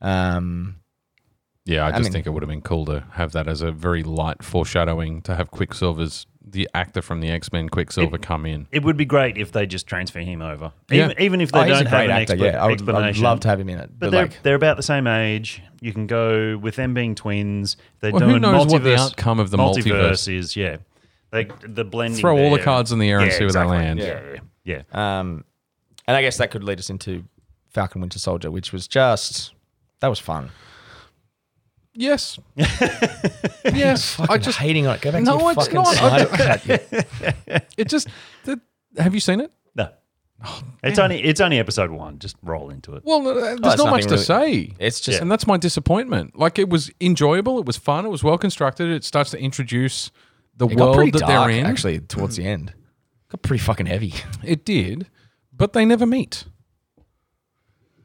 Um,
Yeah, I just
mean-
think it would have been cool to have that as a very light foreshadowing to have Quicksilver's the actor from the X Men Quicksilver come in.
It would be great if they just transfer him over,
Yeah.
even, even if they
oh, he's
don't
a great
have an
actor.
expla-
yeah, I would, I'd
explanation.
love to have him in it.
But
But,
they're
like,
they're about the same age. You can go with them being twins. They're
Well,
doing
who knows
multiverse,
what the outcome of the multiverse.
is? Yeah, like the blending.
Throw all the
there.
cards in the air and
Yeah,
see where
exactly.
they land. Uh,
Yeah, yeah, yeah.
um, and I guess that could lead us into Falcon Winter Soldier, which was just that was fun.
Yes. yes. I
I'm
just
hating on it. Go back
No,
to your (laughs)
it's
fucking
not. I
side.
it just. th- have you seen it?
No,
oh,
It's only it's only episode one. Just roll into it.
Well, uh, there's
it's
not much
nothing
to say.
It's just
and that's my disappointment. Like it was enjoyable, it was fun, it was well constructed. It starts to introduce the
it got
world
pretty
that
dark
they're in.
actually towards the end. Got pretty fucking (laughs) heavy.
It did, but they never meet. (clears throat)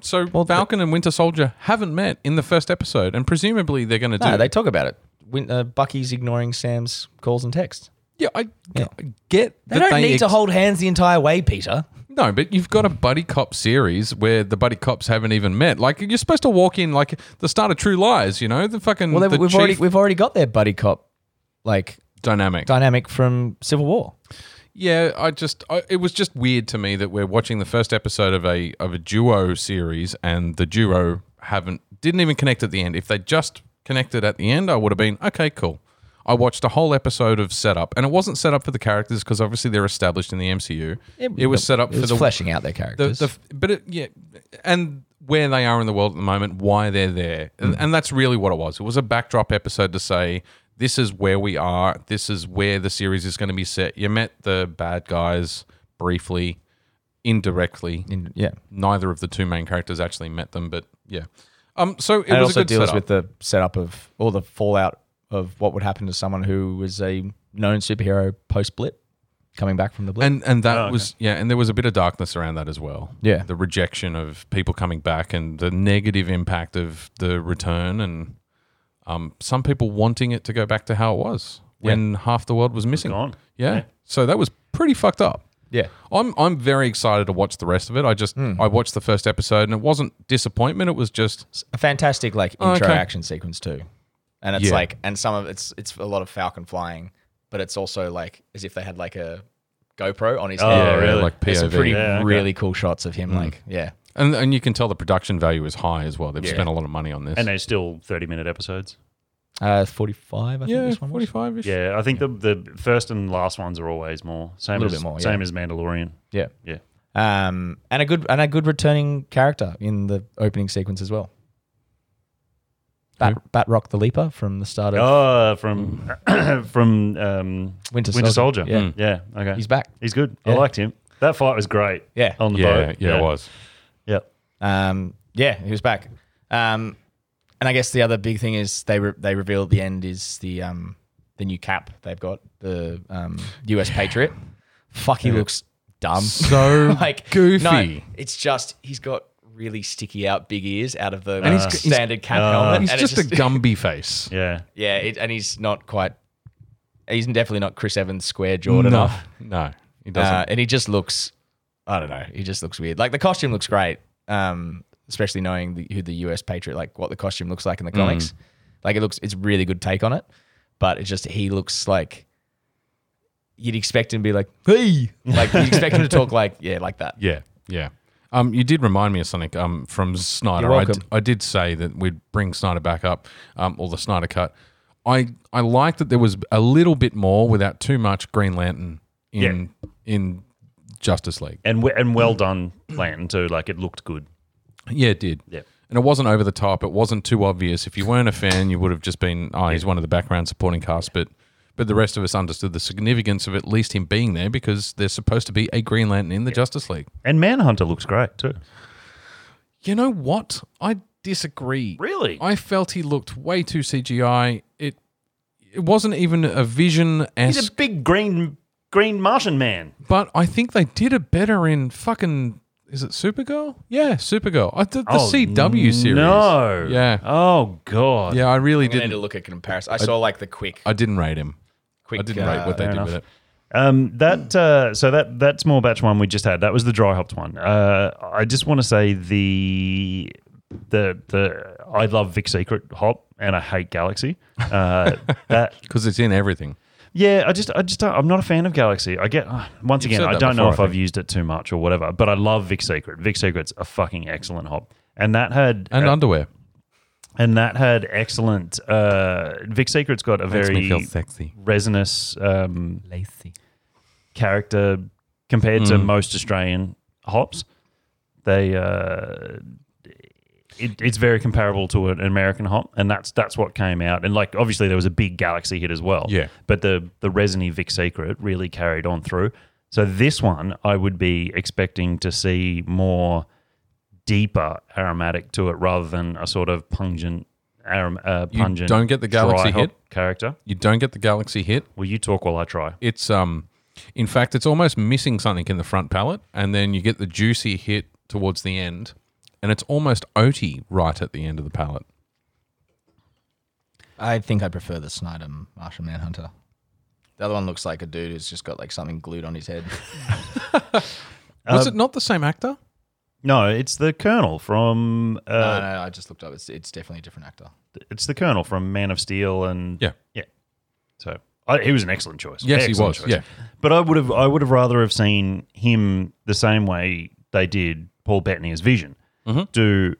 So Falcon and Winter Soldier haven't met in the first episode, and presumably they're going to do.
No, they talk about it. When, uh, Bucky's ignoring Sam's calls and texts.
yeah, I, I get
They
that
don't need to
ex-
hold hands the entire way, Peter.
No, but you've got a buddy cop series where the buddy cops haven't even met. Like you're supposed to walk in like the start of True Lies, you know, the fucking
Well,
the
they've we've
chief
already we've already got their buddy cop like
dynamic.
dynamic from Civil War.
Yeah, I just I, it was just weird to me that we're watching the first episode of a of a duo series and the duo haven't didn't even connect at the end. If they just connected at the end, I would have been okay, cool. I watched a whole episode of setup, and it wasn't set up for the characters because obviously they're established in the MCU. It, was set up
It
for
was
the
fleshing out their
the,
characters.
the f- but it, yeah, and where they are in the world at the moment, why they're there, and,
Mm.
and that's really what it was. It was a backdrop episode to say this is where we are, this is where the series is going to be set. You met the bad guys briefly, indirectly.
In- yeah,
Neither of the two main characters actually met them, but yeah. Um, so it
and it
was
also
a good
deals
setup.
with the setup of all the fallout of what would happen to someone who was a known superhero post blip, coming back from the blip.
and and that
okay.
was yeah, and there was a bit of darkness around that as well.
Yeah.
the rejection of people coming back and the negative impact of the return, and um, some people wanting it to go back to how it was when half the world was missing.
gone.
Yeah.
Yeah.
so that was pretty fucked up.
yeah, Hmm.
I'm I'm very excited to watch the rest of it. I just I watched the first episode and it wasn't disappointment. It was just
a fantastic like
Oh,
intro
okay.
action sequence too, and it's
Yeah.
like and some of it's it's a lot of Falcon flying, but it's also like as if they had like a GoPro on his
Oh,
head.
yeah,
really?
like
There's
POV.
some pretty
Yeah, okay.
really cool shots of
Hmm.
him like yeah
and and you can tell the production value is high as well. They've
Yeah.
spent a lot of money on this.
And they're still thirty minute episodes.
uh 45 I think
yeah,
this one was.
forty five ish.
Yeah, I think the the first and last ones are always more same
Little
as
bit more, yeah.
same as Mandalorian.
yeah
Yeah.
um and a good and a good returning character in the opening sequence as well Bat, Batrock the Leaper from the start of
Oh, from (clears throat) from um,
Winter,
Winter Soldier.
Yeah.
Yeah. Okay.
He's
He's,
back.
good. I
Yeah.
liked him. That fight was great.
Yeah.
On the
yeah,
boat.
yeah, it was.
Yeah.
Um, yeah, he was back. Um, and I guess the other big thing is they re- they reveal at the end is the um, the new cap they've got the um, U.S. Patriot. Fuck, he looks dumb.
(laughs)
(laughs)
So
(laughs) like
goofy.
No, it's just he's got really sticky out big ears out of the
he's- he's-
standard cap
uh,
helmet.
He's
and it's
just,
(laughs)
a Gumby face.
Yeah.
yeah, it, and he's not quite. He's definitely not Chris Evans square jawed enough.
No, he doesn't.
Uh, and he just looks, I don't know, he just looks weird. Like the costume looks great, um, especially knowing the, who the US Patriot, like what the costume looks like in the comics. Like it looks, it's really good take on it, but it's just he looks like you'd expect him to be like, hey, like you'd expect him to
(laughs)
talk like, yeah, like that.
yeah, yeah. Um, you did remind me of something um, from Snyder.
You're
I, d-
welcome.
I did say that we'd bring Snyder back up, um, or the Snyder cut. I I liked that there was a little bit more without too much Green Lantern in in Justice League.
And we, and well done, Lantern too. Like it looked good.
Yeah, it did.
Yep.
And it wasn't over the top. It wasn't too obvious. If you weren't a fan, you would have just been, oh, he's one of the background supporting cast. But but the rest of us understood the significance of at least him being there because there's supposed to be a Green Lantern in the Justice League.
And Manhunter looks great too.
You know what? I disagree.
Really?
I felt he looked way too CGI. It it wasn't even a vision
He's
as
a big green green Martian man.
but I think they did it better in fucking is it Supergirl? Yeah, Supergirl. I did the
Oh,
CW series.
No.
Yeah.
Oh God.
Yeah, I really
I need
didn't
to look at comparison. I saw like the quick,
I didn't rate him.
quick. uh,
I didn't rate what they did with it.
Um, that uh, so that that small batch one we just had that was the dry hopped one. Uh, I just want to say the the the I love Vic Secret hop and I hate Galaxy.
(laughs)
Uh, that
Because it's in everything.
yeah, I just I just don't, I'm not a fan of Galaxy. I get uh, once
You've
again
said
I
that
don't know
before, I
if I've used it too much or whatever, but I love Vic Secret. Vic Secret's a fucking excellent hop, and that had
And
uh,
underwear.
and that had excellent. Uh, Vic Secret's got a very
sexy.
resinous um,
Lacy.
character compared
Hmm.
to most Australian hops. They uh, it, it's very comparable to an American hop, and that's that's what came out. And like obviously there was a big Galaxy hit as well.
Yeah.
but the the resiny Vic Secret really carried on through. So this one, I would be expecting to see more deeper aromatic to it rather than a sort of pungent, arom- uh,
You
pungent.
don't get the galaxy
dry hop
hit?
character.
You don't get the galaxy hit.
Will you talk while I try?
It's um, in fact, it's almost missing something in the front palate, and then you get the juicy hit towards the end, and it's almost oaty right at the end of the palate.
I think I prefer the Snyder Martian Manhunter. The other one looks like a dude who's just got like something glued on his head.
Was
Uh,
it not the same actor?
No, it's the Colonel from uh,
no, no, I just looked up. It's it's definitely a different actor.
it's the Colonel from Man of Steel and
Yeah.
yeah. So I, he was an excellent choice.
Yes, he
Excellent
was, yeah.
but I would have I would have rather have seen him the same way they did Paul Bettany as Vision. Do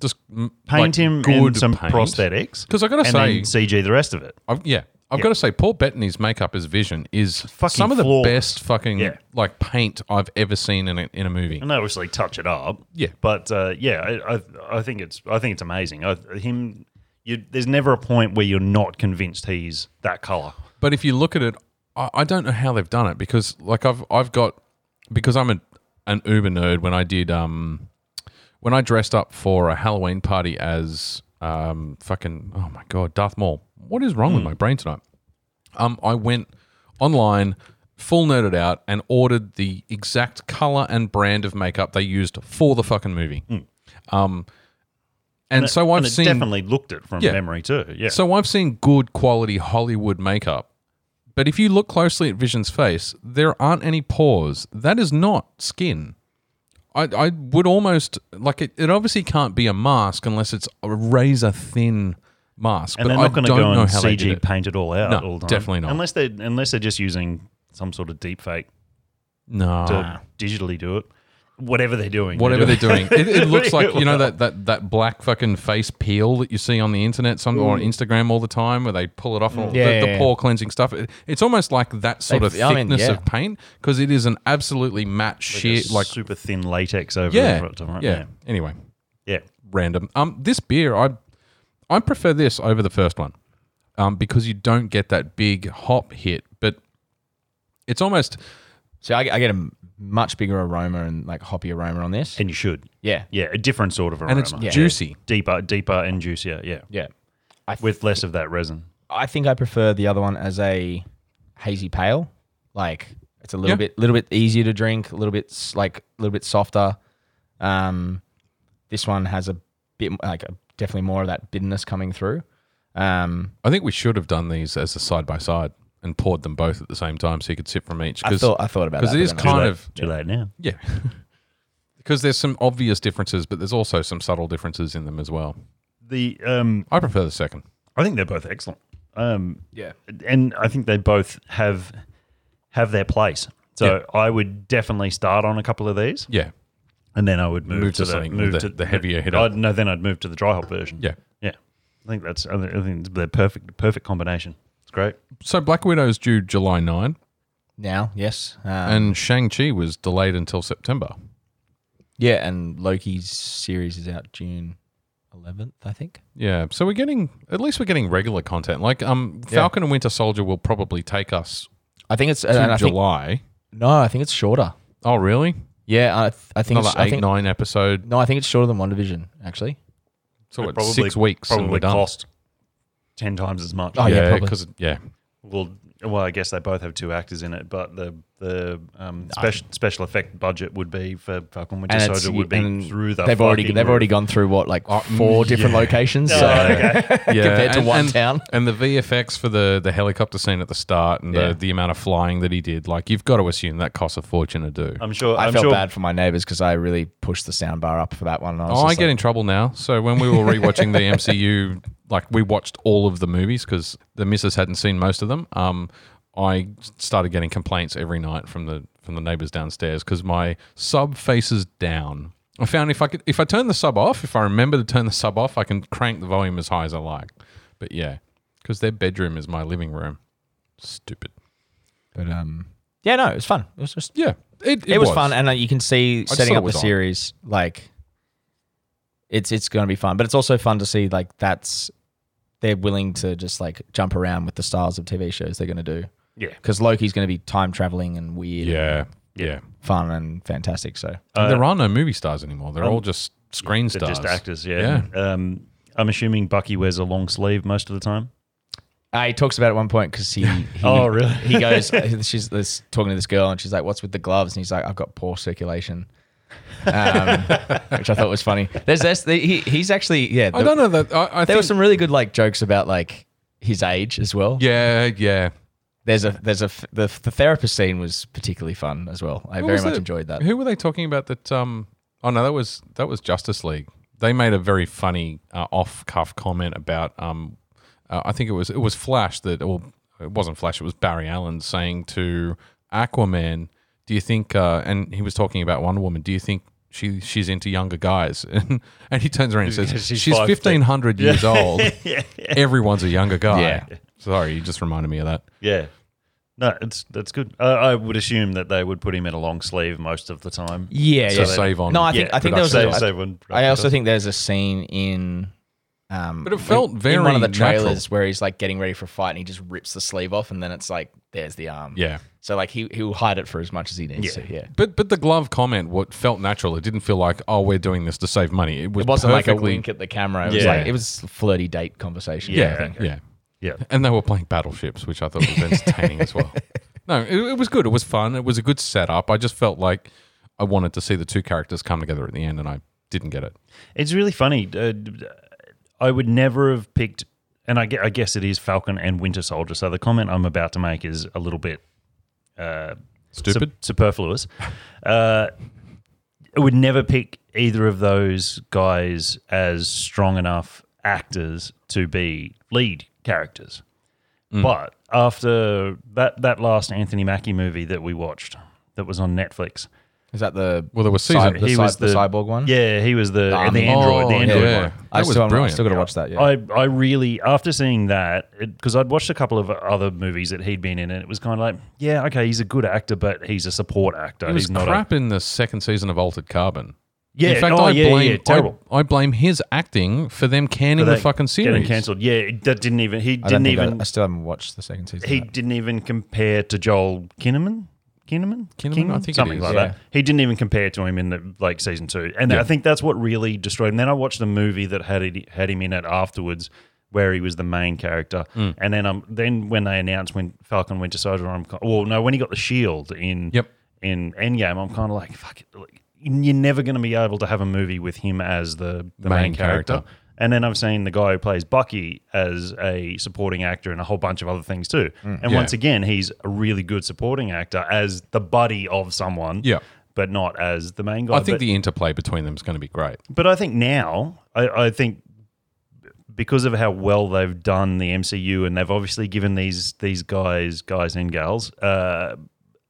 Just mm,
paint
Mm-hmm. like,
him in
good
some
paint.
prosthetics
'Cause I gotta
and
say-
then CG the rest of it.
I've, yeah, I've got to say, Paul Bettany's makeup as Vision is
Fucking
some of the
flawless.
best fucking
Yeah.
like paint I've ever seen in a, in a movie.
And they obviously touch it up.
Yeah.
but uh, yeah, I, I I think it's I think it's amazing. I, him, you, there's never a point where you're not convinced he's that color.
But if you look at it, I, I don't know how they've done it because like I've I've got because I'm a, an Uber nerd. When I did um when I dressed up for a Halloween party as um fucking oh my god Darth Maul. What is wrong with
Hmm.
my brain tonight? Um, I went online. Full nerded out and ordered the exact color and brand of makeup they used for the fucking movie. Um, and, so I've
Hmm. and it
seen
definitely looked it from
Yeah.
memory too. Yeah,
so I've seen good quality Hollywood makeup, but if you look closely at Vision's face, there aren't any pores. That is not skin. I, I would almost like it, it. obviously can't be a mask unless it's a razor thin mask.
and
but
they're
I
not going to
don't
go
know
and
how they did
CG
it.
paint it all out.
No,
all the time.
definitely not.
Unless they unless they're just using some sort of deep fake
No,
to digitally do it. Whatever they're doing,
Ah. whatever they're
doing.
doing.
(laughs)
It, it looks like you know that, that that black fucking face peel that you see on the internet, some or on Instagram all the time, where they pull it off. and all
Yeah,
the,
Mm.
the
yeah,
pore cleansing stuff. It- it's almost like that sort
They-
of
I mean,
thickness
yeah.
of paint because it is an absolutely matte sheet.
Just
Like
super thin latex over
yeah,
the top,
yeah,
right? yeah,
Anyway,
yeah.
random. Um, this beer, I I prefer this over the first one, um, because you don't get that big hop hit, but it's almost
So I, I get a m- much bigger aroma and like hoppy aroma on this.
And you should,
yeah,
yeah, a different sort of aroma,
and it's juicy.
deeper, deeper and juicier, yeah,
yeah.
with less of that resin.
I think I prefer the other one as a hazy pale. Like it's a little
Yeah.
bit, little bit easier to drink, a little bit s- like a little bit softer. Um, this one has a bit like a, definitely more of that bitterness coming through. Um,
I think we should have done these as a side by side and poured them both at the same time so you could sip from each.
I thought I thought about that
because it
but
is
then I-
kind
Too
of
late- too late now.
yeah. (laughs) Because there's some obvious differences, but there's also some subtle differences in them as well.
The um,
I prefer the second.
I think they're both excellent. Um,
yeah.
and I think they both have have their place. So I would definitely start on a couple of these,
Yeah,
and then I would move,
Move to
to, the
something
move
with
to
the- the heavier hit
I'd,
up.
no, then I'd move to the dry hop version.
yeah.
yeah. I think that's I think it's the perfect perfect combination. It's great.
So Black Widow's due July 9,
Now, yes, um,
and Shang Chi was delayed until September.
yeah, and Loki's series is out June eleventh, I think.
Yeah, so we're getting at least we're getting regular content. Like um, Falcon and Winter Soldier will probably take us
I think it's
to
and I think-
July.
no, I think it's shorter.
oh, really?
Yeah, I, th- I think
Another
it's, I
eight
think,
nine episode.
no, I think it's shorter than One Division actually.
So
It
it's six weeks. and
Probably
we're done.
cost ten times as much.
Oh, yeah,
yeah,
probably.
because yeah,
Well, well, I guess they both have two actors in it, but the the um, special special effect budget would be for Falcon Winter
it's-
Soldier would
and
be through the.
they've already
fucking
they've already
roof.
gone through what like four different locations.
Oh,
so-
okay.
yeah,
Compared to one town.
Oh, And the VFX for the the helicopter scene at the start and
Yeah.
the, the amount of flying that he did, like you've got to assume that costs a fortune to do.
I'm sure.
I
I'm
felt
sure
bad for my neighbors because I really pushed the soundbar up for that one. And I was
oh, I
just
get
like,
in trouble now. So when we were
(laughs)
rewatching the MCU, like we watched all of the movies because the missus hadn't seen most of them. Um, I started getting complaints every night from the from the neighbors downstairs because my sub faces down. I found if I could if I turn the sub off, if I remember to turn the sub off, I can crank the volume as high as I like. But yeah, because their bedroom is my living room. Stupid.
But um, yeah, no, it was fun. It was just
Yeah, it,
it, was, fun, and uh, you can see
just
setting
thought
up the
it was on.
series like it's it's going to be fun. But it's also fun to see like that's they're willing to just like jump around with the styles of TV shows they're going to do.
Yeah.
because Loki's going to be time traveling and weird, and
Yeah. Yeah.
fun and fantastic. So
And there are no movie stars anymore. They're all just screen
Uh, um, They're
stars.
just actors, yeah. Um, I'm assuming Bucky wears a long sleeve most of the time.
Uh, he talks about it at one point because he, he-
(laughs) Oh, really?
He goes, (laughs) she's this, talking to this girl, and she's like, "What's with the gloves?" And he's like, "I've got poor circulation,"
(laughs)
um, which I thought was funny. There's this. He, he's actually yeah.
I don't know that. I, I
There
think,
were some really good like jokes about like his age as well.
Yeah. Yeah.
There's a there's a f- the, the therapist scene was particularly fun as well. I
What
very
was
much
it?
enjoyed that.
Who were they talking about? That um. Oh no, that was that was Justice League. They made a very funny uh, off-cuff comment about um. Uh, I think it was it was Flash that or it wasn't Flash. It was Barry Allen saying to Aquaman, "Do you think?" Uh, and he was talking about Wonder Woman. Do you think? She, she's into younger guys (laughs) and, and he turns around and says
She's
she's,
five feet."
1500 years old everyone's a younger guy
Yeah.
sorry you just reminded me of that
Yeah. No, it's that's good. Uh, I would assume that they would put him in a long sleeve most of the time.
Yeah,
to
yeah.
save on
No, I think
Yeah,
I think there was.
Saves
A,
everyone.
I also think there's a scene in. Um,
But it felt
in-
very
in one of the trailers
natural.
where he's like getting ready for a fight and he just rips the sleeve off and then it's like there's the arm.
yeah
So like he he'll hide it for as much as he needs
Yeah.
to. Yeah.
But but the glove comment what felt natural. It didn't feel like oh we're doing this to save money. It was
It wasn't like a
perfectly-
wink at the camera. It was
Yeah.
like it was a flirty date conversation.
Yeah.
I
Yeah,
think.
yeah,
Yeah.
and they were playing battleships, which I thought was entertaining as
(laughs)
well. No, it, it was good. It was fun. It was a good setup. I just felt like I wanted to see the two characters come together at the end, and I didn't get it.
It's really funny. Uh, I would never have picked, and I, gue- I guess it is Falcon and Winter Soldier. So the comment I'm about to make is a little bit uh,
Stupid.
sup- superfluous. (laughs) Uh, I would never pick either of those guys as strong enough actors to be lead characters.
Mm.
But after that, that last Anthony Mackie movie that we watched, that was on Netflix.
Is that the
Well, there was
cy-
season-
the,
He
cy-
was
the
the-
cyborg one?
Yeah, he was the
Um,
the android, the
oh,
android
yeah.
one.
I
That was
still, haven't-
brilliant.
still got to watch that. Yeah.
I, I really after seeing that because I'd watched a couple of other movies that he'd been in and it was kind of like yeah okay he's a good actor but he's a support actor
It was
he's not
crap in the second season of Altered Carbon.
Yeah,
in fact,
oh,
I
yeah,
blame
yeah, terrible.
I, I blame his acting for them
a
canning the fucking
getting
series.
cancelled yeah it- that didn't even he
I don't
didn't
think I-
even
I, still haven't watched the second season.
he
of that.
didn't even compare to Joel Kinnaman Kinnaman
Kinnaman? I think it
something
is,
like
yeah.
that he didn't even compare to him in the like season two and
Yeah.
I think that's what really destroyed him then I watched a movie that had it, had him in it afterwards. Where he was the main character,
Mm.
and then um, then when they announced when Falcon Winter Soldier, I'm ki- well, no, when he got the shield in
Yep.
in Endgame, I'm kind of like, fuck it. Like, you're never going to be able to have a movie with him as the, the main,
Main
character.
character.
And then I've seen the guy who plays Bucky as a supporting actor and a whole bunch of other things too. and
Mm. Yeah.
once again, he's a really good supporting actor as the buddy of someone,
Yeah.
but not as the main guy.
I think
Oh, but,
the interplay between them is going to be great.
but I think now, I, I think because of how well they've done the MCU, and they've obviously given these these guys, guys and gals, uh,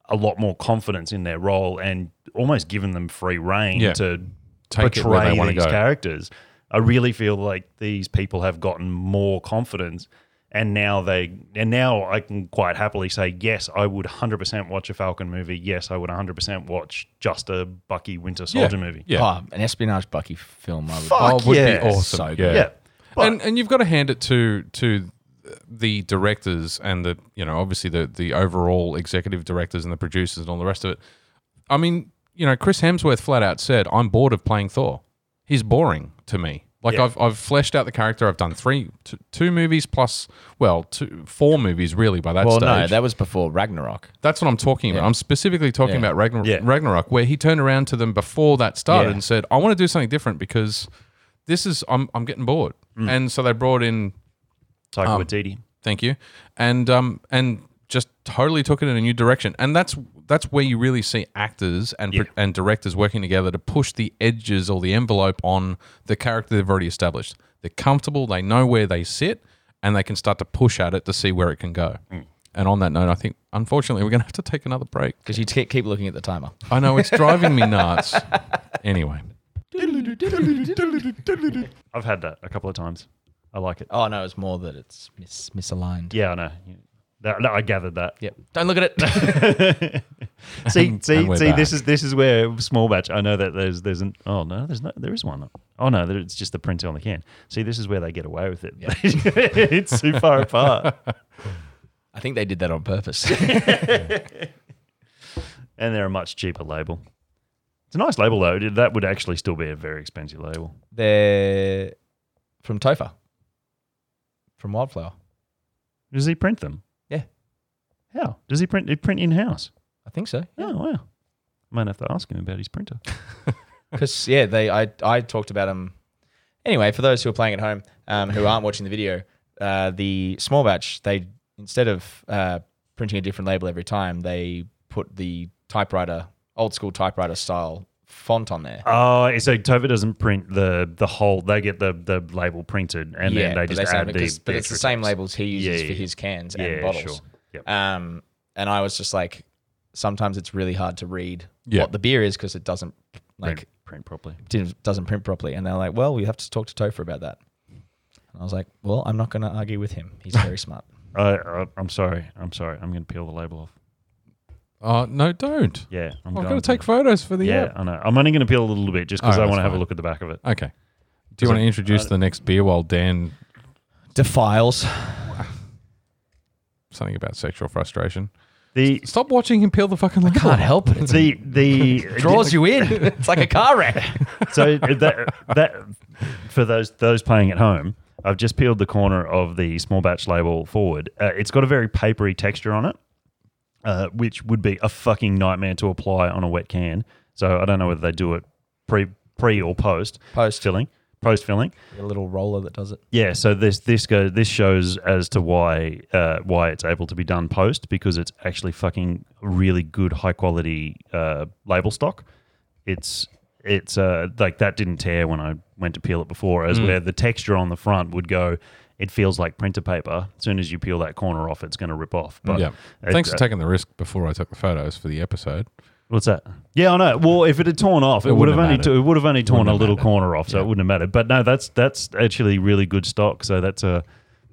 a lot more confidence in their role, and almost given them free reign
Yeah.
to
Take it where
portray
they wanna
these
go.
characters. I really feel like these people have gotten more confidence. And now they, and now I can quite happily say, yes, I would 100% watch a Falcon movie. Yes, I would 100% watch just a Bucky Winter Soldier movie.
Yeah.
Oh, an espionage Bucky film. I would
Fuck
Oh, it would
yes.
be awesome.
So
yeah.
good.
Yeah. But-
and and you've got to hand it to to the directors and the you know obviously the the overall executive directors and the producers and all the rest of it. I mean, you know, Chris Hemsworth flat out said, "I'm bored of playing Thor. He's boring to me. Like
Yeah.
I've I've fleshed out the character. I've done three t- two movies plus well two four movies really by that
Well,
stage.
no, that was before Ragnarok.
That's what I'm talking about. I'm specifically talking
Yeah.
about Ragnar-
Yeah.
Ragnarok, where he turned around to them before that started
Yeah.
and said, "I want to do something different because this is I'm I'm getting bored."
Mm.
And so they brought in,
Taika
Um,
Waititi.
thank you, and um and just totally took it in a new direction. And that's that's where you really see actors and pro- and directors working together to push the edges or the envelope on the character they've already established. They're comfortable. They know where they sit, and they can start to push at it to see where it can go. And on that note, I think unfortunately we're going to have to take another break.
Because you t- keep looking at the timer.
I know it's driving me nuts. Anyway,
I've had that a couple of times. I like it.
Oh no, it's more that it's mis- misaligned.
Yeah, I know. That, that- I gathered that.
Yep. Don't look at it. (laughs)
See,
(laughs)
see,
and we're
see. This
back.
is this is where small batch. I know that there's there's an. Oh no, there's no. There is one. Oh no, there- it's just the print on (laughs) the can. See, this is where they get away with it. it's too far apart.
I think they did that on
(laughs)
purpose.
and they're a much cheaper label. It's a nice label though. That would actually still be a very expensive label.
They're from Tofa, from Wildflower.
Does he print them?
Yeah.
How does he print? He print in house.
I think so.
Oh wow. Might have to ask him about his printer.
Because yeah, they I I talked about them. Anyway, for those who are playing at home um, who aren't watching the video, uh, the small batch they instead of uh, printing a different label every time, they put the typewriter old school typewriter style font on there.
Oh, so Tova doesn't print the the whole. They get the the label printed, and then they
but
just
say-
add the.
because- But
the
it's the
extra
same
text.
labels he uses
Yeah,
for
yeah,
his cans
Yeah,
and bottles.
sure. Yep.
Um, and I was just like, sometimes it's really hard to read
Yeah.
what the beer is because it doesn't
print,
like
print properly.
didn't, doesn't print properly. And they're like, well, we have to talk to Topher about that. And I was like, well, I'm not going to argue with him. He's very (laughs) smart.
I, I, Uh, I'm sorry. I'm sorry. I'm going to peel the label off.
Oh no, don't.
Yeah, I'm
I've
going
got to take photos for the
Yeah,
app.
I know. I'm only going to peel a little bit just because
Alright,
I want
that's
to have a
fine.
look at the back of it.
Okay. Do you want to introduce the next beer while Dan
Defiles.
something about sexual frustration?
(laughs)
The
Stop watching him peel the fucking label.
Can't help it.
(laughs)
It
the the
draws you in. (laughs) It's like a car wreck. (laughs)
so that that for those those playing at home, I've just peeled the corner of the small batch label forward. Uh, it's got a very papery texture on it, uh, which would be a fucking nightmare to apply on a wet can. So I don't know whether they do it pre pre or post
Post.
filling, post filling.
a little roller that does it.
Yeah, so this this go this shows as to why uh, why it's able to be done post because it's actually fucking really good high quality uh, label stock. It's it's uh, like that didn't tear when I went to peel it before, as
Mm.
where the texture on the front would go. It feels like printer paper. As soon as you peel that corner off, it's going to rip off. But
Yeah.
it- uh,
Thanks for taking the risk before I took the photos for the episode.
What's that? Yeah, I know. Well, if it had torn off, it, would
wouldn't
have
have
only
mattered.
t- it would have only torn
Wouldn't
a
have
little
mattered.
corner off, so it wouldn't have mattered. But no, that's that's actually really good stock. So that's a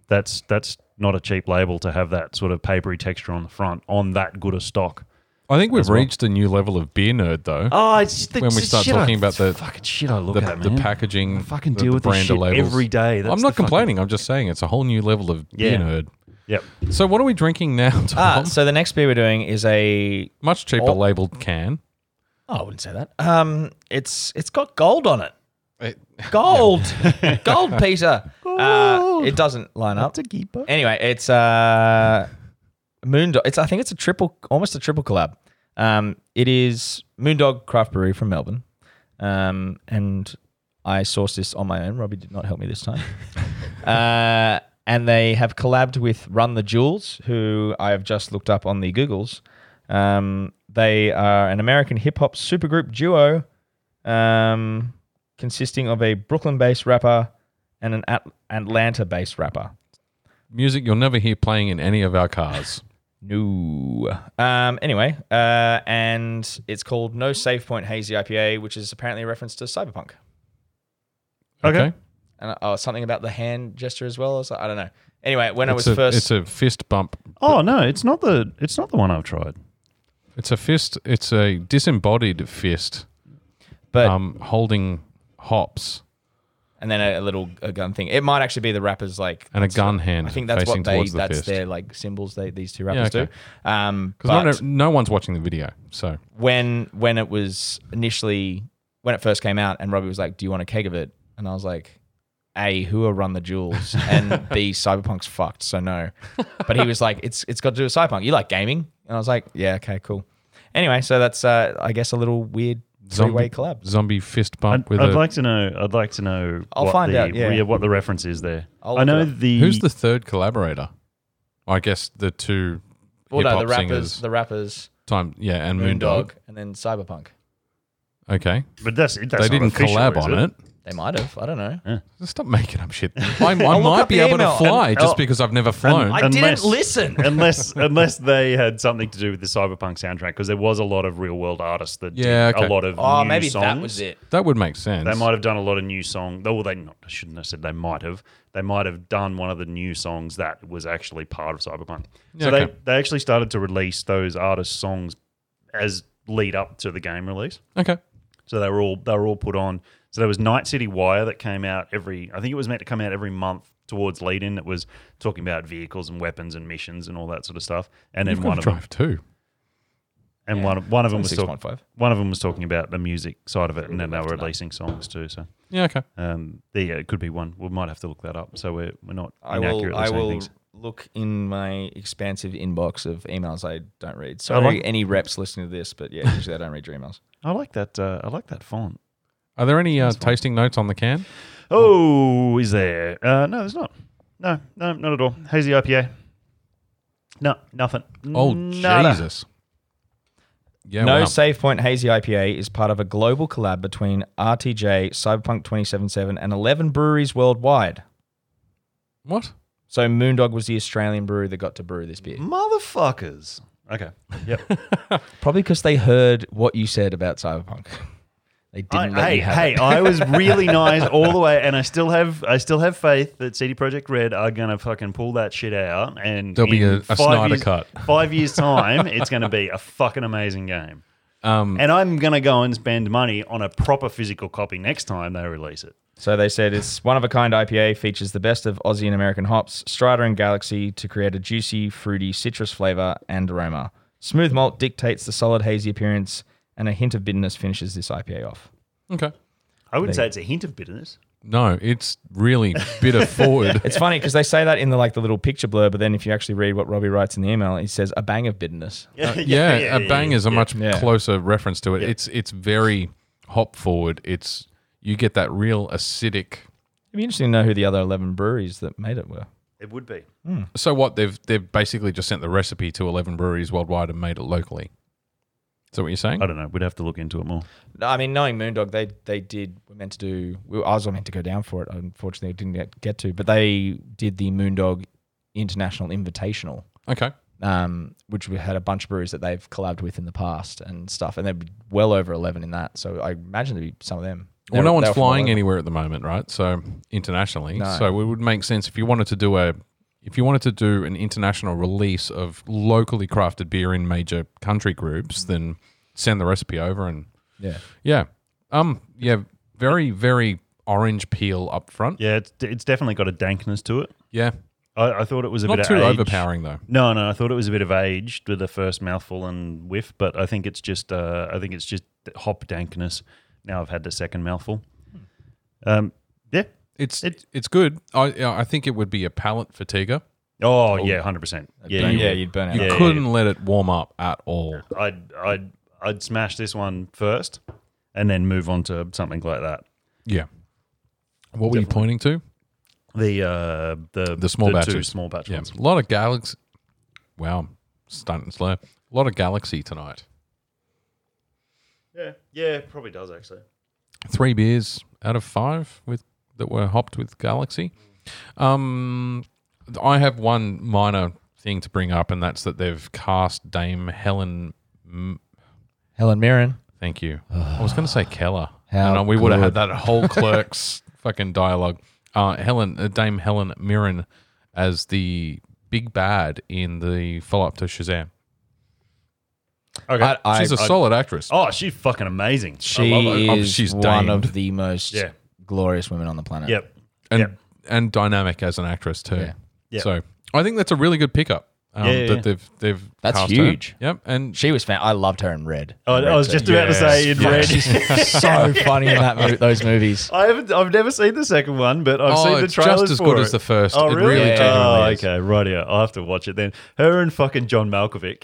that's that's not a cheap label to have that sort of papery texture on the front on that good a stock.
I think we've reached a new level of beer nerd though.
Oh, it's just the,
When we
the
start
shit
talking
I,
about the-
fucking shit I look
the,
at,
the
man.
packaging,
I fucking
the-
deal
the
with
brand
this shit
of labels.
every day. That's
I'm
the
not
fucking-
complaining. I'm just saying it's a whole new level of
Yeah.
beer nerd.
Yep.
So what are we drinking now, Tom?
Ah, so the next beer we're doing is a
(laughs) Much cheaper
Oh.
labeled can.
Oh, I wouldn't say that. Um, it's it's got gold on it.
It-
(laughs) Gold, gold, Peter. Uh, it doesn't line up.
That's a keeper.
Anyway, it's uh, Moondog. It's I think it's a triple, almost a triple collab. Um, it is Moondog Craft Brewery from Melbourne, um, and I sourced this on my own. Robbie did not help me this time. uh, and they have collabed with Run the Jewels, who I have just looked up on the Googles. Um, they are an American hip hop supergroup duo um, consisting of a Brooklyn based rapper and an At- Atlanta based rapper.
Music you'll never hear playing in any of our cars.
No. Um, anyway, uh, and it's called No Save Point Hazy IPA, which is apparently a reference to Cyberpunk.
Okay.
And oh, something about the hand gesture as well. or so- I don't know. Anyway, when I was
It's a,
first.
it's a fist bump.
Oh no, it's not the it's not the one I've tried.
It's a fist. It's a disembodied fist
but,
um, holding hops
and then a, a little a gun thing. It might actually be the rappers like.
and a gun hand
I think that's
facing
what they.
towards the
That's
fist.
their like symbols. They these two rappers
okay.
do. Um, but
Because no one's watching the video. So
when when it was initially when it first came out, and Robbie was like, "Do you want a keg of it?" And I was like, "A, who are Run the Jewels, and (laughs) B, Cyberpunk's fucked, so no." But he was like, "It's it's got to do with Cyberpunk. You like gaming?" And I was like, "Yeah, okay, cool." Anyway, so that's uh, I guess a little weird three
Zombie-
way collab.
zombie fist bump
I'd,
with
I'd
a.
like to know. I'd like to know.
I'll
what
find
the,
out, yeah.
what the reference is there.
I'll
I
look it
know
up.
the
who's the third collaborator? I guess the two
Well,
hip
no,
hop
the rappers,
singers.
the rappers,
time yeah, and Moondog.
Moondog, and then Cyberpunk.
Okay,
But that's, that's
they
not
didn't
official,
collab
is
on
(laughs)
it.
They might have. I don't know.
Stop making
(laughs)
up shit. I, I
look
might
up
be
the
able to
email.
fly
And-
just
oh,
because I've never flown.
I
Unless-
didn't listen.
(laughs)
unless unless they had something to do with the cyberpunk soundtrack because there was a lot of real world artists that
Yeah,
did
okay.
a lot of
oh,
new
maybe
songs.
that was it.
that would make sense.
They might have done a lot of new songs. Well, they not, I shouldn't have said they might have. They might have done one of the new songs that was actually part of cyberpunk. So
Yeah,
they
okay.
they actually started to release those artists' songs as lead up to the game release.
Okay.
So they were all they were all put on. So there was Night City Wire that came out every. I think it was meant to come out every month towards lead in that was talking about vehicles and weapons and missions and all that sort of stuff. And then
You've got
one
to
of them,
drive too.
and one of, one of them was
It's
talking,
6.5.
one of them was talking about the music side of it, and then they were releasing songs too. So
Yeah, okay.
um, there, yeah, it could be one. We might have to look that up. So we're, we're not
I
inaccurately
will. I
saying
will
things.
look in my expansive inbox of emails I don't read.
I
Sorry,
like-
any reps listening to this, but yeah, usually I don't read your
(laughs)
emails.
I like that. Uh, I like that font.
Are there any uh, tasting notes on the can?
Oh, is there? Uh, no, there's not. No, no, not at all. Hazy IPA. No, nothing.
Oh,
Nada.
Jesus. Yeah,
no
wow.
Save Point Hazy IPA is part of a global collab between RTJ, Cyberpunk 2077, and 11 breweries worldwide.
What?
So Moondog was the Australian brewery that got to brew this
Mm.
beer.
Motherfuckers. Okay.
(laughs)
Yep.
Probably because they heard what you said about Cyberpunk. (laughs) They
I,
didn't let
hey,
you have
hey,
it.
I was
(laughs)
really nice all the way, and I still have, I still have faith that CD Projekt Red are gonna fucking pull that shit out, and
There'll be
in
a- a
five
Snyder
years-
cut. (laughs)
Five years time, it's gonna be a fucking amazing game,
Um,
and I'm gonna go and spend money on a proper physical copy next time they release it.
So they said it's one of a kind IPA, features the best of Aussie and American hops, Strider and Galaxy to create a juicy, fruity citrus flavor and aroma. Smooth malt dictates the solid, hazy appearance, and a hint of bitterness finishes this IPA off.
okay.
I would say it's a hint
(laughs)
of bitterness.
No, it's really bitter forward.
It's funny because they say that in the like the little picture blur, but then if you actually read what Robbie writes in the email, he says a bang of bitterness.
Uh,
(laughs)
Yeah, a bang is a much
Yeah.
closer reference to it. It's it's very hop forward. It's you get that real acidic.
It'd be interesting to know who the other eleven breweries that made it were.
It would be.
So what they've they've basically just sent the recipe to eleven breweries worldwide and made it locally. Is that what you're saying?
I don't know. We'd have to look into it more.
No, I mean, knowing Moondog, they they did were meant to do. We, I was meant to go down for it. Unfortunately, I didn't get, get to. But they did the Moondog International Invitational,
Okay.
um, which we had a bunch of breweries that they've collabed with in the past and stuff, and they're well over eleven in that. So I imagine there'd be some of them.
Well,
They're-
no one's
they're from all
flying
over.
anywhere at the moment, right? So internationally,
No.
so it would make sense if you wanted to do a if you wanted to do an international release of locally crafted beer in major country
Mm.
groups, then send the recipe over and
Yeah,
yeah, um, yeah, very very orange peel up front. Yeah,
Yeah, it's, it's definitely got a dankness to it. I, I thought it was a
not
bit
too
of age.
overpowering though.
No, no, I thought it was a bit of aged with the first mouthful and whiff, but I think it's just uh, I think it's just hop dankness. Now I've had the second mouthful. Um, yeah.
It's
It-
it's good. I yeah, I think it would be a palate fatiguer.
Oh, yeah, hundred percent. Yeah,
yeah,
yeah.
you'd burn out.
You
Yeah, yeah,
couldn't let it warm up at all.
I'd I'd I'd smash this one first, and then move on to something like that.
Yeah. What were you pointing to?
The uh, the
The small
two
batches.
small batch
Yeah,
ones.
a lot of galaxy. Wow, stunt and slow. A lot of galaxy tonight.
Yeah, yeah, probably does actually.
Three beers out of five with that were hopped with galaxy. Um, I have one minor thing to bring up, and that's that they've cast Dame Helen. M-
Helen Mirren.
Thank you. I was going to
(sighs)
say Keller,
How
and uh, we would have had
good.
that
(laughs)
whole clerk's fucking dialogue. Uh, Helen, uh, Dame Helen Mirren, as the big bad in the follow-up to Shazam.
Okay.
I- I-
She's a
I-
solid actress.
oh, she's fucking amazing.
She
I love her.
Oh,
is
she's
one
damed.
of the most
Yeah.
glorious women on the planet.
Yep.
and
Yep.
and dynamic as an actress too.
Yeah.
Yeah.
So I think that's a really good pickup. Um,
Yeah, yeah,
that
yeah.
they've they've
That's
cast her.
huge.
Yep,
(laughs)
and
She was fan. I loved her in Red.
Oh, I, I was just about to
Yes.
say in
Yes.
(laughs) red.
so funny in that mo- those movies.
I haven't. I've never seen the second one, but I've
Oh,
seen the
it's just
trailers
as
for
good
it.
as the first.
Oh,
It
really?
really genuinely
oh,
is.
okay. Right here. I'll have to watch it then. Her and fucking John Malkovich.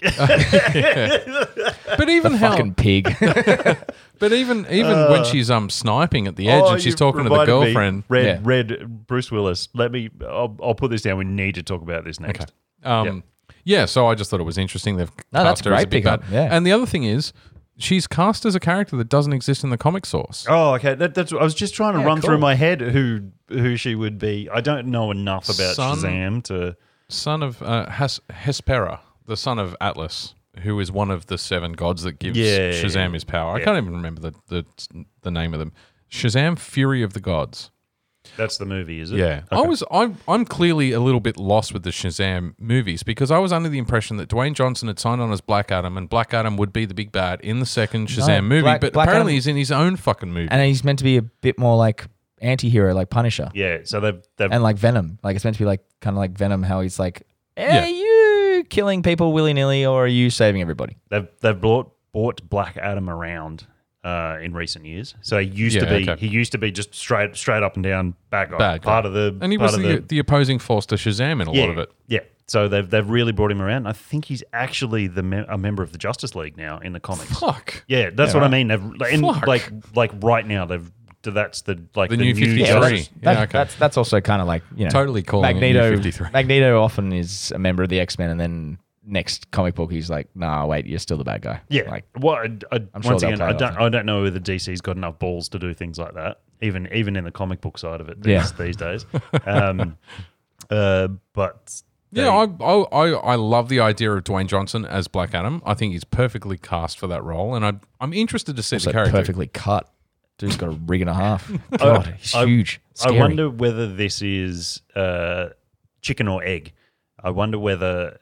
but even how
Fucking pig.
(laughs) but even even when she's um sniping at the edge
(laughs) Uh, oh,
and she's
you've
talking to the
reminded me.
girlfriend.
Red,
Yeah.
red. Bruce Willis. Let me. I'll, I'll put this down. We need to talk about this next.
Um, Yeah, so I just thought it was interesting. They've
No, that's
cast her as a
great
big
pickup,
bad.
yeah.
And the other thing is, she's cast as a character that doesn't exist in the comic source.
Oh, okay. That, that's. I was just trying to
Yeah,
run
cool.
through my head who who she would be. I don't know enough about
Son-
Shazam to.
Son of uh, Hes- Hespera, the son of Atlas, who is one of the seven gods that gives
Yeah.
Shazam his power. I can't even remember the, the the name of them. Shazam: Fury of the Gods.
That's the movie, is it?
Yeah, I was I'm I'm clearly a little bit lost with the Shazam movies because I was under the impression that Dwayne Johnson had signed on as Black Adam and Black Adam would be the big bad in the second Shazam movie,
Black-
but
Black
apparently
Adam-
he's in his own fucking movie.
and he's meant to be a bit more like anti-hero like Punisher
Yeah, so they've they've
and like Venom. Like it's meant to be like kind of like Venom, how he's like, are you killing people willy nilly or are you saving everybody?
they've they've brought, bought Black Adam around uh, in recent years. So he used to
Yeah,
be
okay.
he used to be just straight straight up and down bad guy,
Bad guy.
part of the
And he
part
was
of
the, the, opposing force to Shazam in a
yeah,
lot of it.
yeah. So they've they've really brought him around. I think he's actually the mem- a member of the Justice League now in the comics.
Fuck.
Yeah, that's what I mean. They've and
Fuck.
like like right now they've that's the like
The new 53.
Yeah,
Yeah,
that's,
right.
that's-
Yeah, okay.
that's that's also kind of like you know
Totally calling it
Magneto.
New 53.
Magneto often is a member of the X Men, and then next comic book he's like, nah, wait, you're still the bad guy.
Yeah.
like
well, I, I-
sure
once
they'll
again,
play
I
it
don't,
off.
I don't know whether DC's got enough balls to do things like that, even even in the comic book side of it these,
Yeah.
these days. Um, (laughs) uh, but they-
Yeah, I, I I- I love the idea of Dwayne Johnson as Black Adam. I think he's perfectly cast for that role, and I I'm interested to see
also
the character.
perfectly cut. Dude's got a rig and a
(laughs)
half. God, he's
I-
huge. Scary.
I wonder whether this is uh, chicken or egg. I wonder whether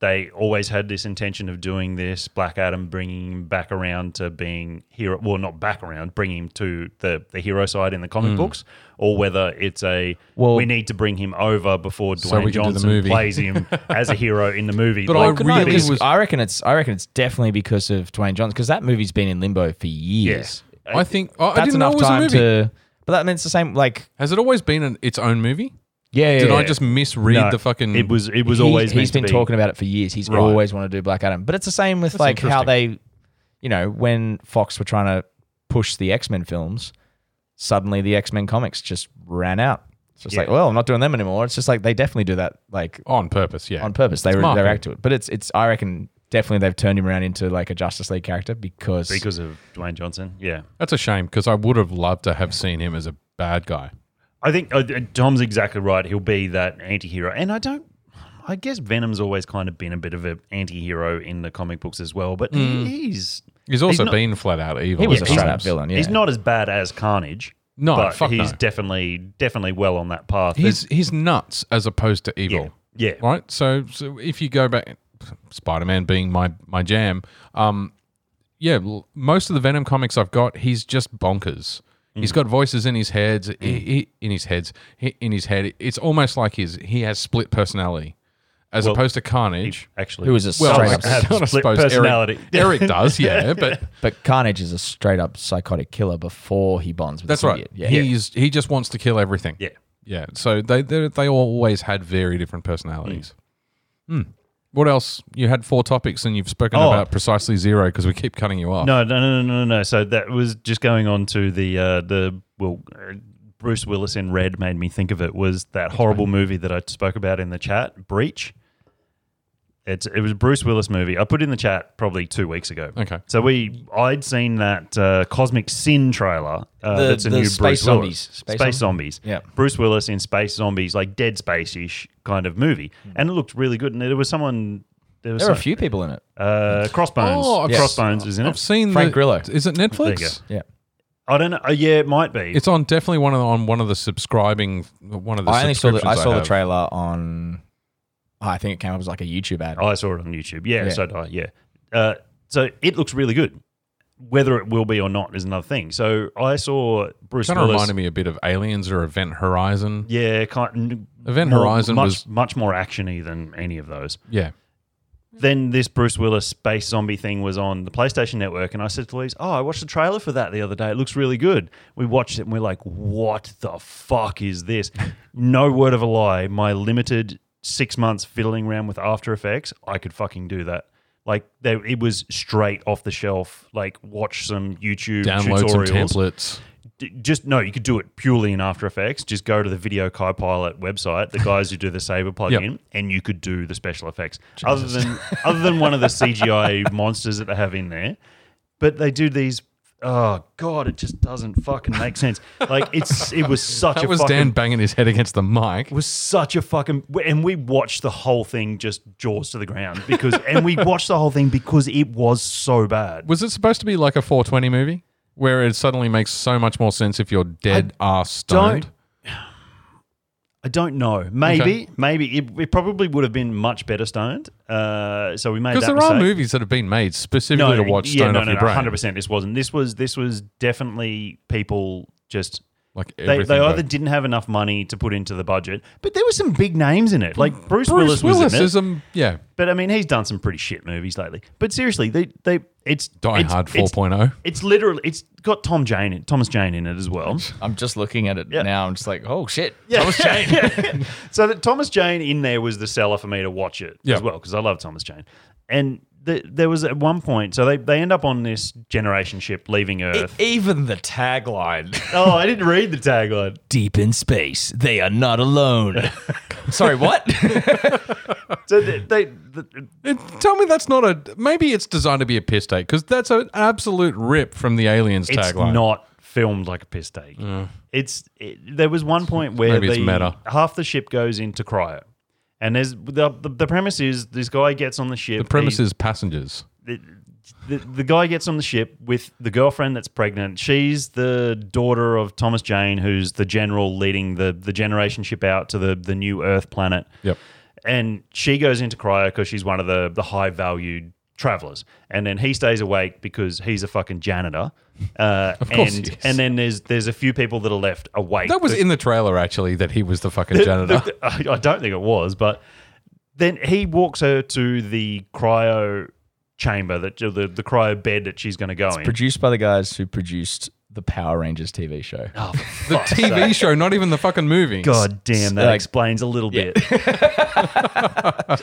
they always had this intention of doing this. Black Adam bringing him back around to being hero. Well, not back around, bringing him to the, the hero side in the
Hmm.
comic books, or whether it's a
Well-
we need to bring him over before Dwayne
So we can do the
Johnson
movie. (laughs)
plays him as a hero in the movie.
But
Well,
I
could not
really
be-
was-
I reckon it's. I reckon it's definitely because of Dwayne Johnson because that movie's been in limbo for years.
I think oh, I
That's
didn't know
enough
it was a
time
movie.
to. But that means the same. Like,
Has it always been an, its own movie?
yeah.
Did
yeah,
I
yeah.
just misread
No,
the fucking?
it was it was
He-
always
he's
meant
been
to be.
talking about it for years. He's
Right.
always wanted to do Black Adam, but it's the same with like how they, you know, when Fox were trying to push the X Men films, suddenly the X Men comics just ran out. It's just
Yeah.
like, well, I'm not doing them anymore. It's just like they definitely do that like
on purpose. Yeah,
on purpose. They
marketing.
react to it, but it's it's I reckon definitely they've turned him around into like a Justice League character because,
because of Dwayne Johnson. Yeah.
that's a shame because I would have loved to have seen him as a bad guy.
I think uh, Tom's exactly right. He'll be that anti-hero. And I don't I guess Venom's always kind of been a bit of an anti-hero in the comic books as well, but he, he's
He's also
not-
been flat out evil.
He was
as
a
well.
straight up villain. Yeah,
he's not as bad as Carnage.
No,
but
fuck
he's
no.
definitely definitely well on that path.
He's he's nuts as opposed to evil.
There's- yeah. yeah.
right? So, so if you go back, Spider Man being my my jam, um, yeah, l- most of the Venom comics I've got, he's just bonkers.
Mm.
He's got voices in his heads, i i in his heads, i- in his head. It's almost like his he has split personality, as opposed to Carnage.
Actually,
who was a
well,
straight
(laughs)
I, (laughs)
up,
has
don't
split
suppose
personality.
Eric, Eric does, yeah, but
but Carnage is a straight up psychotic killer before he bonds with.
that's
the
right.
symbiote. Yeah,
He's he just wants to kill everything.
(laughs) yeah.
Yeah, so they they they always had very different personalities. Hmm. What else? You had four topics, and you've spoken
Oh.
about precisely zero because we keep cutting you off.
No, no, no, no, no, no. So that was just going on to the uh, the well, uh, Bruce Willis in Red made me think of it. Was that horrible movie that I spoke about in the chat, Breach? It's it was a Bruce Willis movie. I put in the chat probably two weeks ago.
Okay.
So we I'd seen that uh, Cosmic Sin trailer. Uh,
The-
that's a
the
new
space
Bruce
zombies.
Willis.
Space
Space,
zombies?
zombies.
Yeah.
Bruce Willis in space zombies, like Dead Space ish kind of movie,
Hmm.
and it looked really good. And there was someone. There was
there are a
some-
few people in it.
uh, Crossbones.
Oh, I've-
Crossbones is in
I've
it.
seen
Frank
the-
Grillo.
Is it Netflix?
There you go.
Yeah.
I don't know. Oh, yeah, it might be.
It's on definitely one of the, on one of the subscribing one of the.
I only saw the I
subscriptions
saw the
have.
trailer on. oh, I think it came up as like a YouTube ad.
I saw it on YouTube. Yeah,
Yeah.
so did I. Yeah. Uh, so it looks really good. Whether it will be or not is another thing. So I saw Bruce
Kind of
Willis.
reminded me a bit of Aliens or Event Horizon.
Yeah, kind
Event
more-
Horizon
much,
was-
much more actiony than any of those.
Yeah,
Then this Bruce Willis space zombie thing was on the PlayStation Network, and I said to Louise, "Oh, I watched the trailer for that the other day. It looks really good." We watched it, and we're like, "What the fuck is this?"
(laughs)
no word of a lie. My limited six months fiddling around with After Effects, I could fucking do that. Like, they, it was straight off the shelf. Like, watch some YouTube
download some
tutorials
templates.
d- just no, you could do it purely in After Effects. Just go to the Video Kai Pilot website, the guys who do
(laughs)
the Saber plugin, and you could do the special effects. Other than other than one of the
(laughs)
CGI monsters that they have in there, but they do these. Oh god, it just doesn't fucking make sense. Like it's
(laughs)
it was such
That
a
was
fucking
Dan banging his head against the mic.
was such a fucking and we watched the whole thing just jaws to the ground because and we watched the whole thing because it was so bad.
Was it supposed to be like a 420 movie where it suddenly makes so much more sense if you're dead ass stoned?
I don't know. Maybe, maybe it, it probably would have been much better stoned. Uh, so we made that
Because there
mistake.
are movies that have been made specifically to watch
yeah,
stone
no,
off
no,
your
no,
brain.
Hundred percent. This wasn't. This was. This was definitely people just
Like
They,
everything.
they
but-
either didn't have enough money to put into the budget, but there were some big names in it. Like Bruce,
Bruce
Willis, was in it.
is um, yeah,
But I mean, he's done some pretty shit movies lately. But seriously, they they it's
Die
it's,
Hard oh.
it's-
4.0.
It's literally it's got Tom Jane in Thomas Jane in it as
(laughs)
well.
I'm just looking at it
Yeah.
now. I'm just like, oh shit.
(laughs) Yeah.
Thomas Jane.
so that Thomas Jane in there was the seller for me to watch it
Yeah.
as well because I love Thomas Jane. And th there was at one point, so they they end up on this generation ship leaving Earth.
Even the tagline.
(laughs) oh, I didn't read the tagline.
Deep in space, (laughs) they are not alone. (laughs) Sorry, what?
So they, they, th-
It, tell me that's not a. Maybe it's designed to be a piss take because that's an absolute rip from the aliens
it's
tagline.
not filmed like a piss take. It's it, there was one point where
Maybe it's
the-
meta.
half the ship goes into cryo, and there's the, the the premise is this guy gets on the ship.
the premise
he-
is passengers.
the, the, the guy gets on the ship with the girlfriend that's pregnant. She's the daughter of Thomas Jane, who's the general leading the, the generation ship out to the, the new Earth planet.
Yep.
And she goes into cryo because she's one of the, the high valued travelers. And then he stays awake because he's a fucking janitor.
(laughs)
Uh, of
course
and,
he is.
and then there's there's a few people that are left awake.
That was in the trailer actually that he was the fucking janitor.
(laughs) The- the- I I don't think it was, but then he walks her to the cryo chamber that the the cryo bed that she's going to go in.
(laughs) Produced by the guys who produced the Power Rangers TV show.
Oh, for
the
fuck's
TV
sake.
show, not even the fucking movie.
God damn, that
Like-
explains a little bit. (laughs)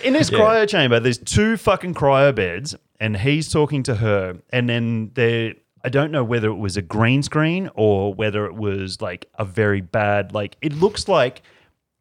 in this cryo chamber, there's two fucking cryo beds, and he's talking to her, and then there. I don't know whether it was a green screen or whether it was like a very bad, like it looks like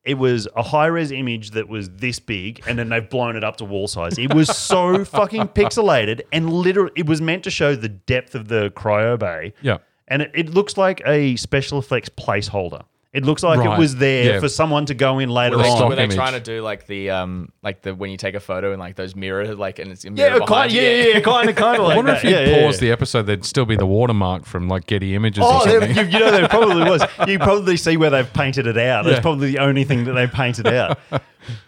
it was a high res image that was this big and then they've blown it up to wall size. It was (laughs) so fucking pixelated and literally it was meant to show the depth of the cryo bay.
Yeah.
And it, it looks like a special effects placeholder. It looks like
Right.
it was there
Yeah.
for someone to go in later
Were they,
Stock
on.
were they
image.
trying to do like the um like the when you take a photo and like those mirror like and it's a mirror
Yeah,
behind
kind,
you?
yeah, yeah, yeah, kind of, kind of like
I wonder
that.
if you
yeah, yeah,
paused
yeah.
the episode, there'd still be the watermark from like Getty Images or
Oh, there,
something.
you, you
(laughs)
know, there probably was. You probably see where they've painted it out. That's
Yeah.
probably the only thing that they
(laughs)
painted out.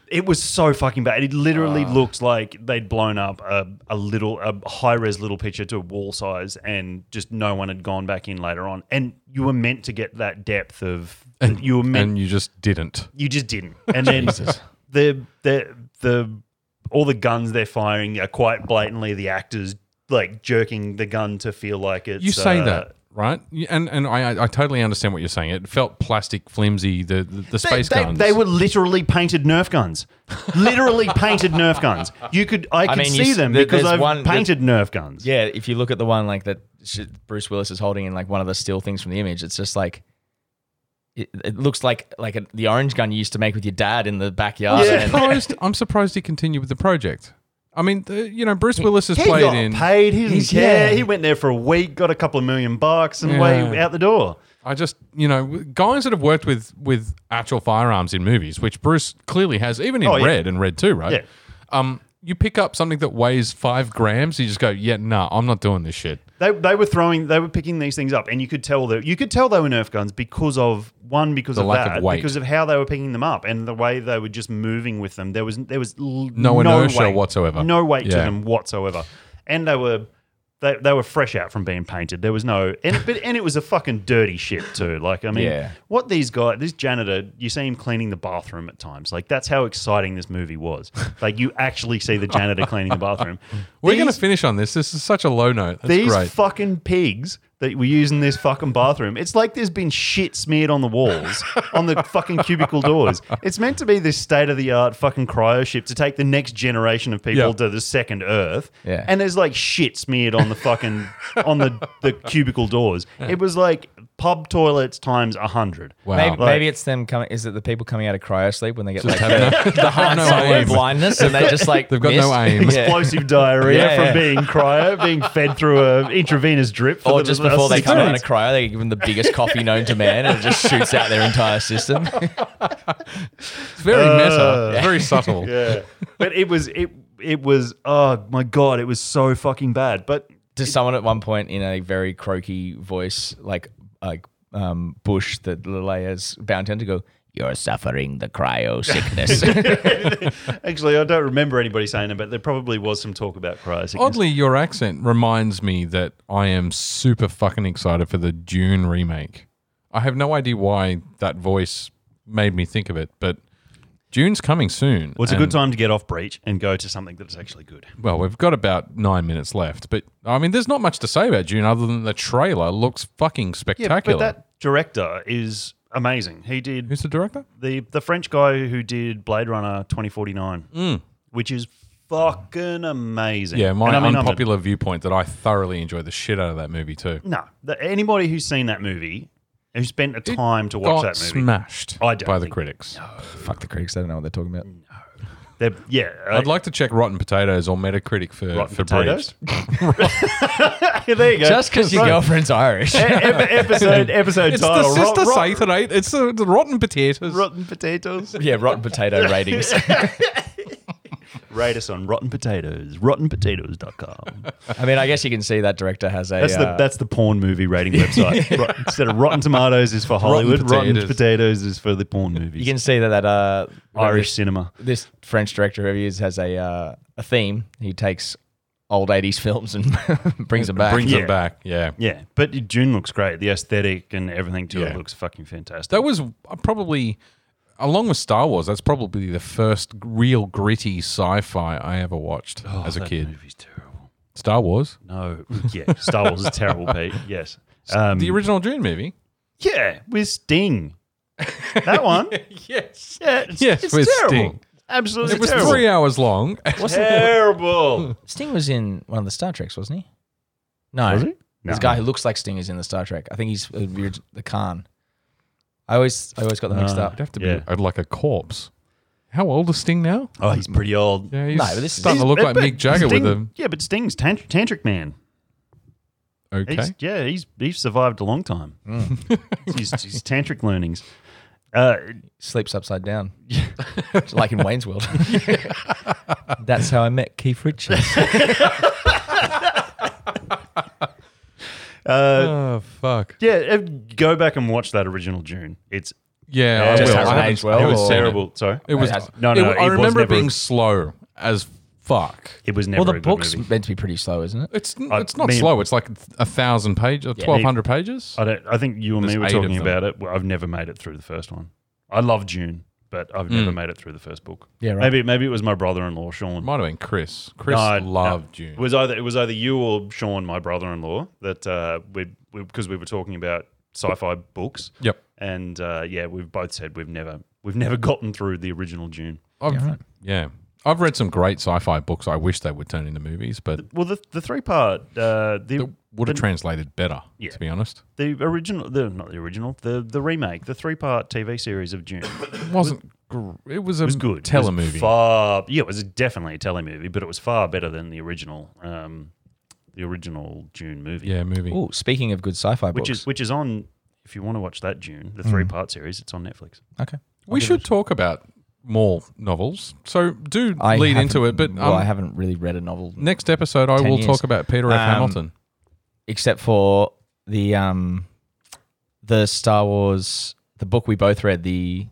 It was so fucking bad. It literally
Ah.
looked like they'd blown up a, a little, a high res little picture to wall size, and just no one had gone back in later on. And you were meant to get that depth of. you were meant
and you just didn't.
you just didn't. And then the the the all the guns they're firing are quite blatantly the actors like jerking the gun to feel like it's
You say
uh,
that, right? You- And and I I- I totally understand what you're saying. It felt plastic, flimsy. The the, the
They,
space
they-
guns.
they were literally painted Nerf guns, (laughs) literally painted Nerf guns. You could, I could
mean, you
see
s-
them
there-
because
there's
I've
one- there's-
painted Nerf guns.
Yeah, if you look at the one like that sh- Bruce Willis is holding in like one of the still things from the image, it's just like it, it looks like like a, the orange gun you used to make with your dad in the backyard.
Yeah.
And,
surprised. I'm surprised he continued with the project. I mean, the, you know, Bruce Willis has
He
played
got
in.
paid. He didn't (laughs)
He's-
care.
yeah.
He went there for a week, got a couple of million bucks, and way
Yeah.
out the door.
I just, you know, guys that have worked with with actual firearms in movies, which Bruce clearly has, even in
Oh, yeah.
Red and Red Two, right?
Yeah.
Um, you pick up something that weighs five grams, you just go, yeah, nah, I'm not doing this shit.
They, they were throwing they were picking these things up and you could tell that you could tell they were nerf guns because of one because
The
of
lack of
that
weight.
because of how they were picking them up and the way they were just moving with them there was there was l-
No inertia
weight,
whatsoever.
no weight to
Yeah.
them whatsoever and they were they, they were fresh out from being painted there was no and but and it was a fucking dirty shit too like I mean
Yeah.
what these guys this janitor you see him cleaning the bathroom at times like that's how exciting this movie was like you actually see the janitor cleaning the bathroom
(laughs) We're
These-
going to finish on this. This is such a low note. That's
these
great.
fucking pigs that were using this fucking bathroom. It's like there's been shit smeared on the walls, on the fucking cubicle doors. It's meant to be this state of the art fucking cryo ship to take the next generation of people
Yeah.
to the second Earth.
Yeah.
And there's like shit smeared on the fucking on the the cubicle doors. It was like pub toilets times a hundred.
wow.
Maybe,
Like-
maybe it's them coming. Is it the people coming out of cryo sleep when they get like
Have
(laughs)
no-
(laughs)
(laughs) they have no
solar
aim.
blindness and they just like
They've got no
miss?
aim.
(laughs) Yeah.
Explosive diarrhea
Yeah,
from
yeah.
being cryo, being fed through a intravenous drip, for
Or
the-
just
the-
before they come out
Six
of cryo, they give them the biggest coffee known to man, and it just shoots out their entire
(laughs)
system.
It's very meta,
Uh,
very subtle.
(laughs) yeah. But it was it it was oh my god, it was so fucking bad. But
to someone at one point in a very croaky voice, like like um, Bush, the Leia's bound to go, "You're suffering the
(laughs)
cryo sickness." (laughs)
actually, I don't remember anybody saying it, but there probably was some talk about cries.
Oddly, your accent reminds me that I am super fucking excited for the Dune remake. I have no idea why that voice made me think of it, but June's coming soon.
Well, it's a good
and-
time to get off Breach and go to something that is actually good.
Well, we've got about nine minutes left, but I mean, there's not much to say about June other than the trailer looks fucking
Yeah,
spectacular.
but that director is amazing. He did
Who's the director?
the the French guy who did Blade Runner 2049, which is fucking amazing.
Mm. Yeah, my
And I mean, I'm a-
unpopular viewpoint that I thoroughly enjoyed the shit out of that movie too.
No, the, anybody who's seen that movie, who spent the time to watch
Got
that movie,
smashed
I don't
by the
think-
critics.
Fuck the critics. They don't know what they're talking about.
they're yeah,
I'd like to check Rotten Potatoes or Metacritic for
Rotten
for
Potatoes?
Breach.
(laughs) there you go.
Just because your
Right.
girlfriend's Irish.
E- ep- episode episode
It's
title.
the
Ro-
sister
ro-
Satanate. It's the, the Rotten Potatoes.
rotten potatoes.
(laughs) yeah, rotten potato
(laughs)
ratings.
Rate us on Rotten Potatoes, rottenpotatoes.com.
I mean, I guess you can see that director has a.
That's the
uh,
that's the porn movie rating website. Rot- Instead of Rotten Tomatoes is for Hollywood, Rotten
Potatoes.
Potatoes, is for the porn movies.
you can see that that uh,
Irish cinema.
this French director whoever he is has a uh, a theme. He takes old '80s films and (laughs) brings them back.
Brings
Yeah.
them back. Yeah.
Yeah, but June looks great. The aesthetic and everything to
Yeah.
it looks fucking fantastic.
That was uh, probably, along with Star Wars, that's probably the first real gritty sci fi I ever watched as a
that
kid.
movie's terrible.
Star Wars?
No, (laughs) yeah, Star Wars is terrible, Pete. Yes, um,
the original June movie?
yeah, with Sting. That one,
Yes.
yeah, it's,
Yes,
it's
with
terrible.
Sting.
Absolutely
It was
terrible.
three hours long.
terrible.
Sting was in one of the Star Treks, wasn't he? No,
Was he?
This
No.
guy who looks like Sting is in the Star Trek. I think he's uh, the orig- the Khan. I always I always got them mixed
No.
up.
(laughs) It'd have to be
Yeah.
uh, like a corpse. How old is Sting now?
Oh, he's pretty old.
Yeah, he's
No, but this is-
starting to look
He's-
like
but
Mick Jagger
Sting,
with him.
Yeah, but Sting's tant- tantric man.
Okay. Mm.
He's, yeah, he's he's survived a long time. He's he's tantric learnings. Uh,
Sleeps upside
(laughs)
down, like in Wayne's World. That's how I met Keith Richards.
uh,
oh, fuck.
yeah, uh, go back and watch that original June. It's
Yeah,
It
Oh, I
just
will.
hasn't
I haven't-
aged well,
I
it
haven't
was
or-
seen
terrible. Sorry,
It was
has-
no,
No,
no.
no,
I
it was
remember it
never-
being slow as fuck.
it was never.
well, the
a good
book's
movie.
meant to be pretty slow, isn't it?
It's n-
I
it's not
mean-
slow. It's like a thousand pages, twelve hundred pages.
I don't. I think you and
There's
me were
eight of
talking
them.
about it. Well, I've never made it through the first one. I love June, but I've
Hmm.
never made it through the first book.
Yeah, right.
Maybe maybe it was my brother-in-law Sean.
Might have been Chris. Chris
No, no.
loved June.
It was either it was either you or Sean, my brother-in-law, that uh, we because we, were talking about sci-fi books.
Yep.
And uh, yeah, we've both said we've never we've never (laughs) gotten through the original June.
I've, yeah, I've read some great sci-fi books. I wish they would turn into movies, but
Well, the the three part uh,
it
the
would have translated better.
Yeah.
To be honest,
the original the not the original the the remake the three part TV series of June
it wasn't. Gr- it was a
was good. It was
telemovie.
far yeah, it was definitely a telemovie, but it was far better than the original um, the original June movie.
yeah, movie.
Oh, speaking of good sci-fi books, Hmm.
which is which is on if you want to watch that June the three part series, it's on Netflix.
okay.
we should talk about more novels. So do
I
lead
haven't-
into it. But um,
well, I haven't really read a novel
next episode, I
10
will
years.
talk about Peter F.
Um,
Hamilton.
except for the um the Star Wars the book we both read the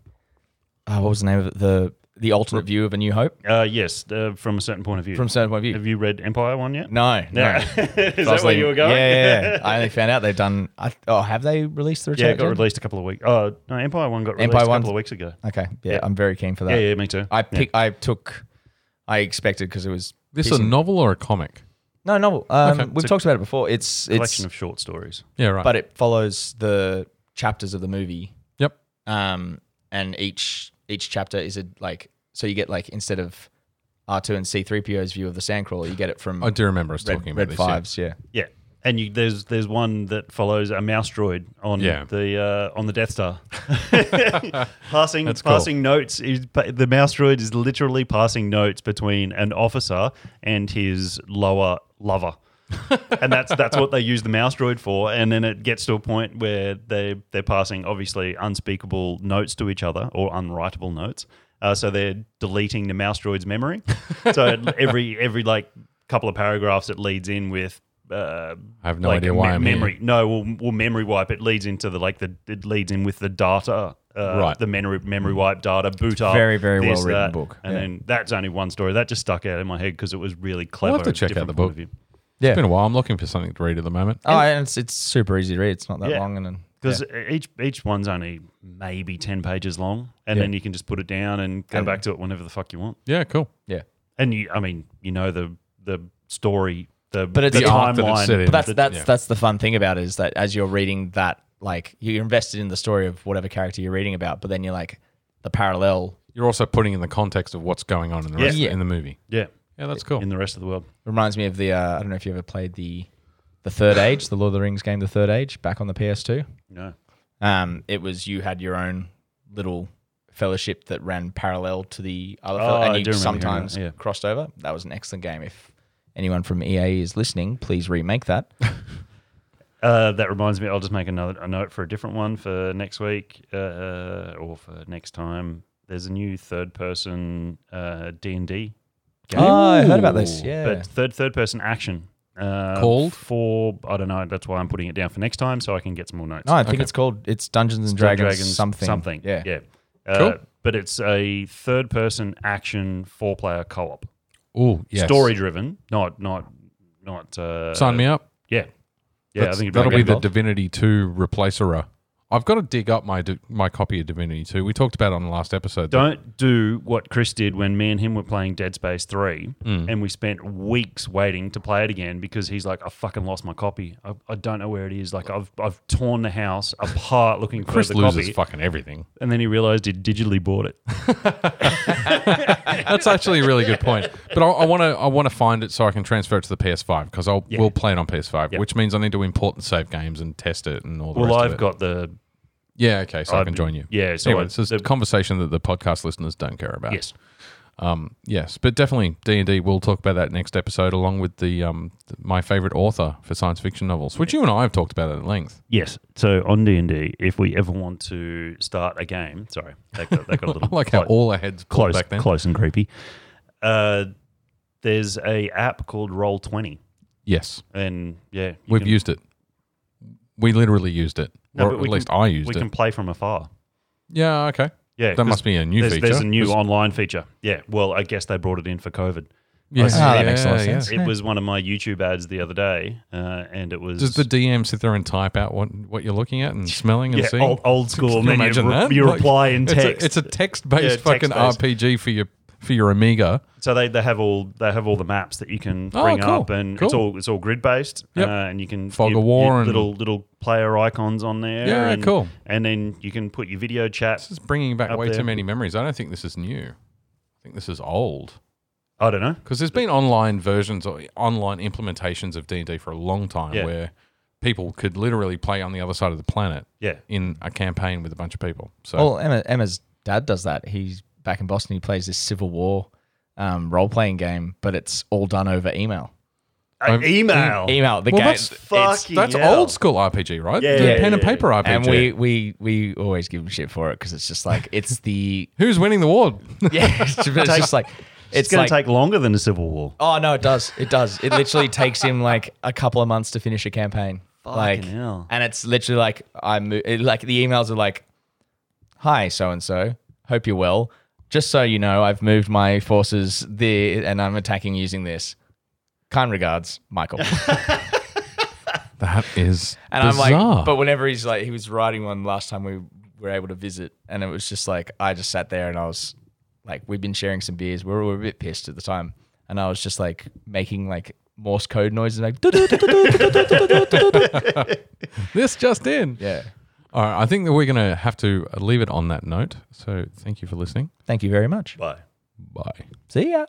uh, what was the name of it the the alternate view of A New Hope
Uh, yes, uh, from a certain point of view.
from a certain point of view.
Have you read Empire one yet?
No, no.
Yeah.
So
(laughs)
I
is that
was
where
like,
you were going?
Yeah,
(laughs)
yeah, yeah. I only found out they've done. I, oh, have they released the
Yeah,
Return?
it got
of the Jedi?
released a couple of weeks. Oh no, Empire One got released
Empire
a couple
One's-
of weeks ago.
Okay, yeah,
Yeah.
I'm very keen for that.
Yeah, yeah, me too.
I pick. I took. I expected because it was
This is a
pissing-
novel or a comic?
no novel. Um,
Okay.
We've talked about it before. It's it's
Collection of short stories.
Yeah, right.
but it follows the chapters of the movie
yep.
um, and each each chapter is a like so you get like instead of R two and C three PO's view of the Sandcrawler, you get it from
I do remember us
Red,
talking about
Red
this. yeah.
Fives, yeah.
Yeah, and you, there's there's one that follows a mouse droid on
Yeah.
the uh, on the
(laughs)
Death Star, passing
cool.
passing notes. Is, pa- the mouse droid is literally passing notes between an officer and his lower lover, and that's that's what they use the mouse droid for. And then it gets to a point where they they're passing obviously unspeakable notes to each other or unwritable notes. Uh, so they're deleting the mouse
(laughs)
droid's memory. so it- every every like couple of paragraphs, it leads in with. Uh,
I have no idea why I'm here.
memory. No, we'll, we'll memory wipe. It leads into the like the it leads in with the data, uh,
Right.
The memory memory wipe data boot up.
very, very
this,
well-written
that.
book.
And
Yeah.
then that's only one story that just stuck out in my head because it was really clever.
We'll have to check
different
out the
point
book.
of view.
Yeah.
Oh.
It's been a while. I'm looking for something to read at the moment.
Oh, and it's it's super easy to read. It's not that
Yeah.
long and then
because e-, each each one's only maybe ten pages long, and
Yeah.
then you can just put it down and go
And-
back to it whenever the fuck you want.
Yeah, cool.
Yeah.
And you, I mean, you know the the story, the
But it's
the
The
arc that it's
timeline.
set in.
But that's
the-
that's
yeah.
that's the fun thing about it is that as you're reading that, like you're invested in the story of whatever character you're reading about, but then you're like the parallel
You're also putting in the context of what's going on in the rest
Yeah.
in the movie.
yeah,
Yeah, that's cool.
in the rest of the world.
reminds me of the uh, I don't know if you ever played the the Third
(laughs)
Age, the Lord of the Rings game, the Third Age, back on the PS2.
No,
Um, it was you had your own little fellowship that ran parallel to the other,
Oh,
fellow,
I
and
do
you
remember hearing
sometimes
that, yeah.
crossed over. That was an excellent game. If anyone from EA is listening, please remake that.
Uh, that reminds me, I'll just make another a note for a different one for next week uh, or for next time. There's a new third person uh, D and D,
oh, I heard about
Ooh.
this. Yeah,
but third third person action uh,
Called?
for I don't know. That's why I'm putting it down for next time so I can get some more notes.
no, I think
Okay.
it's called it's Dungeons and
Dungeons and
Dragons, something
something.
Yeah,
yeah. Uh,
Cool.
But it's a third person action four player co op,
Oh, yes.
story driven, not not not. Uh,
Sign me up.
Yeah, yeah.
That's-
I think it'd
that'll
great
be the
involved.
Divinity Two replacer. I've got to dig up my di- my copy of Divinity Two. We talked about it on the last episode.
Don't do what Chris did when me and him were playing Dead Space 3
Mm.
and we spent weeks waiting to play it again because he's like, I fucking lost my copy. I, I don't know where it is. Like, I've, I've torn the house apart looking for
Chris
the
loses
copy.
fucking everything.
and then he realized he digitally bought it.
That's actually a really good point. But I want to I want to find it so I can transfer it to the PS5 because I
Yeah.
will play it on PS5,
Yeah.
which means I need to import and save games and test it and all the
well,
rest of
I've
it.
got the.
yeah, okay, so i
I've-
can join you.
Yeah, so
anyway,
I-
it's just a
the-
conversation that the podcast listeners don't care about.
Yes.
yes, but definitely D and D. We'll talk about that next episode, along with the um th- my favorite author for science fiction novels, which you and I have talked about at length.
Yes. So on D&D, if we ever want to start a game, sorry, they got, they
(laughs)
got a little
I like how
clo-
all our heads close
close,
back then.
close and creepy. Uh, there's a app called Roll Twenty,
Yes,
and yeah, you
we've
can-
used it. We literally used it,
No,
or
but
at
we can-
least I used
we
it.
can play from afar.
yeah, okay,
Yeah,
that
'cause
must be a new
there's,
feature.
There's a new
It's-
online feature. Yeah. Well, I guess they brought it in for COVID.
Ah, yeah,
Oh, that makes a lot of
yeah,
sense.
yeah.
It was one of my YouTube ads the other day, uh, and it was
Does the DM sit there and type out what what you're looking at and smelling and
yeah,
seeing?
old, old
Can
school. and then you, re- you
Like,
reply in
it's a-
text.
It's a, text-based
Yeah,
fucking
text-based.
RPG for your for your Amiga.
so they, they have all they have all the maps that you can
Oh,
bring
cool,
up, and it's
cool.
all it's all grid based,
Yep.
uh, and you can
Fog
you-
of War
you-
and-
little little player icons on there.
Yeah,
and,
cool.
And then you can put your video chat.
This is bringing back
Up
way
there.
too many memories. I don't think this is new. I think this is old
I don't know.
because there's been online versions or online implementations of D&D for a long time
Yeah.
where people could literally play on the other side of the planet
Yeah,
in a campaign with a bunch of people. So
Well, Emma, Emma's dad does that. He's back in Boston. He plays this Civil War um, role playing game, but it's all done over email.
Uh, email.
Email the
Well,
game,
that's
it's-
Fucking
that's
hell.
old school RPG, right?
Yeah,
The
yeah,
pen and
yeah, yeah.
paper RPG.
and we we we always give him shit for it because it's just like it's the
Who's winning the award? (laughs)
yeah. (laughs) It's just, it's just like
It's,
it's
going
like
to take longer than a civil war.
oh no, it does, it does. It literally takes him like a couple of months to finish a campaign. like,
hell.
and it's literally like I mo- it, like the emails are like, "Hi, so and so, hope you're well. Just so you know, I've moved my forces there, and I'm attacking using this." Kind regards, Michael.
that is
And I'm
bizarre.
like, but whenever he's like, he was writing one last time we were able to visit, and it was just like, I just sat there and I was like, we'd been sharing some beers. We were, we were a bit pissed at the time. And I was just like making like Morse code noises, like, (laughs)
this just in.
yeah.
All right, I think that we're going to have to leave it on that note. So thank you for listening.
Thank you very much.
Bye.
Bye.
See ya.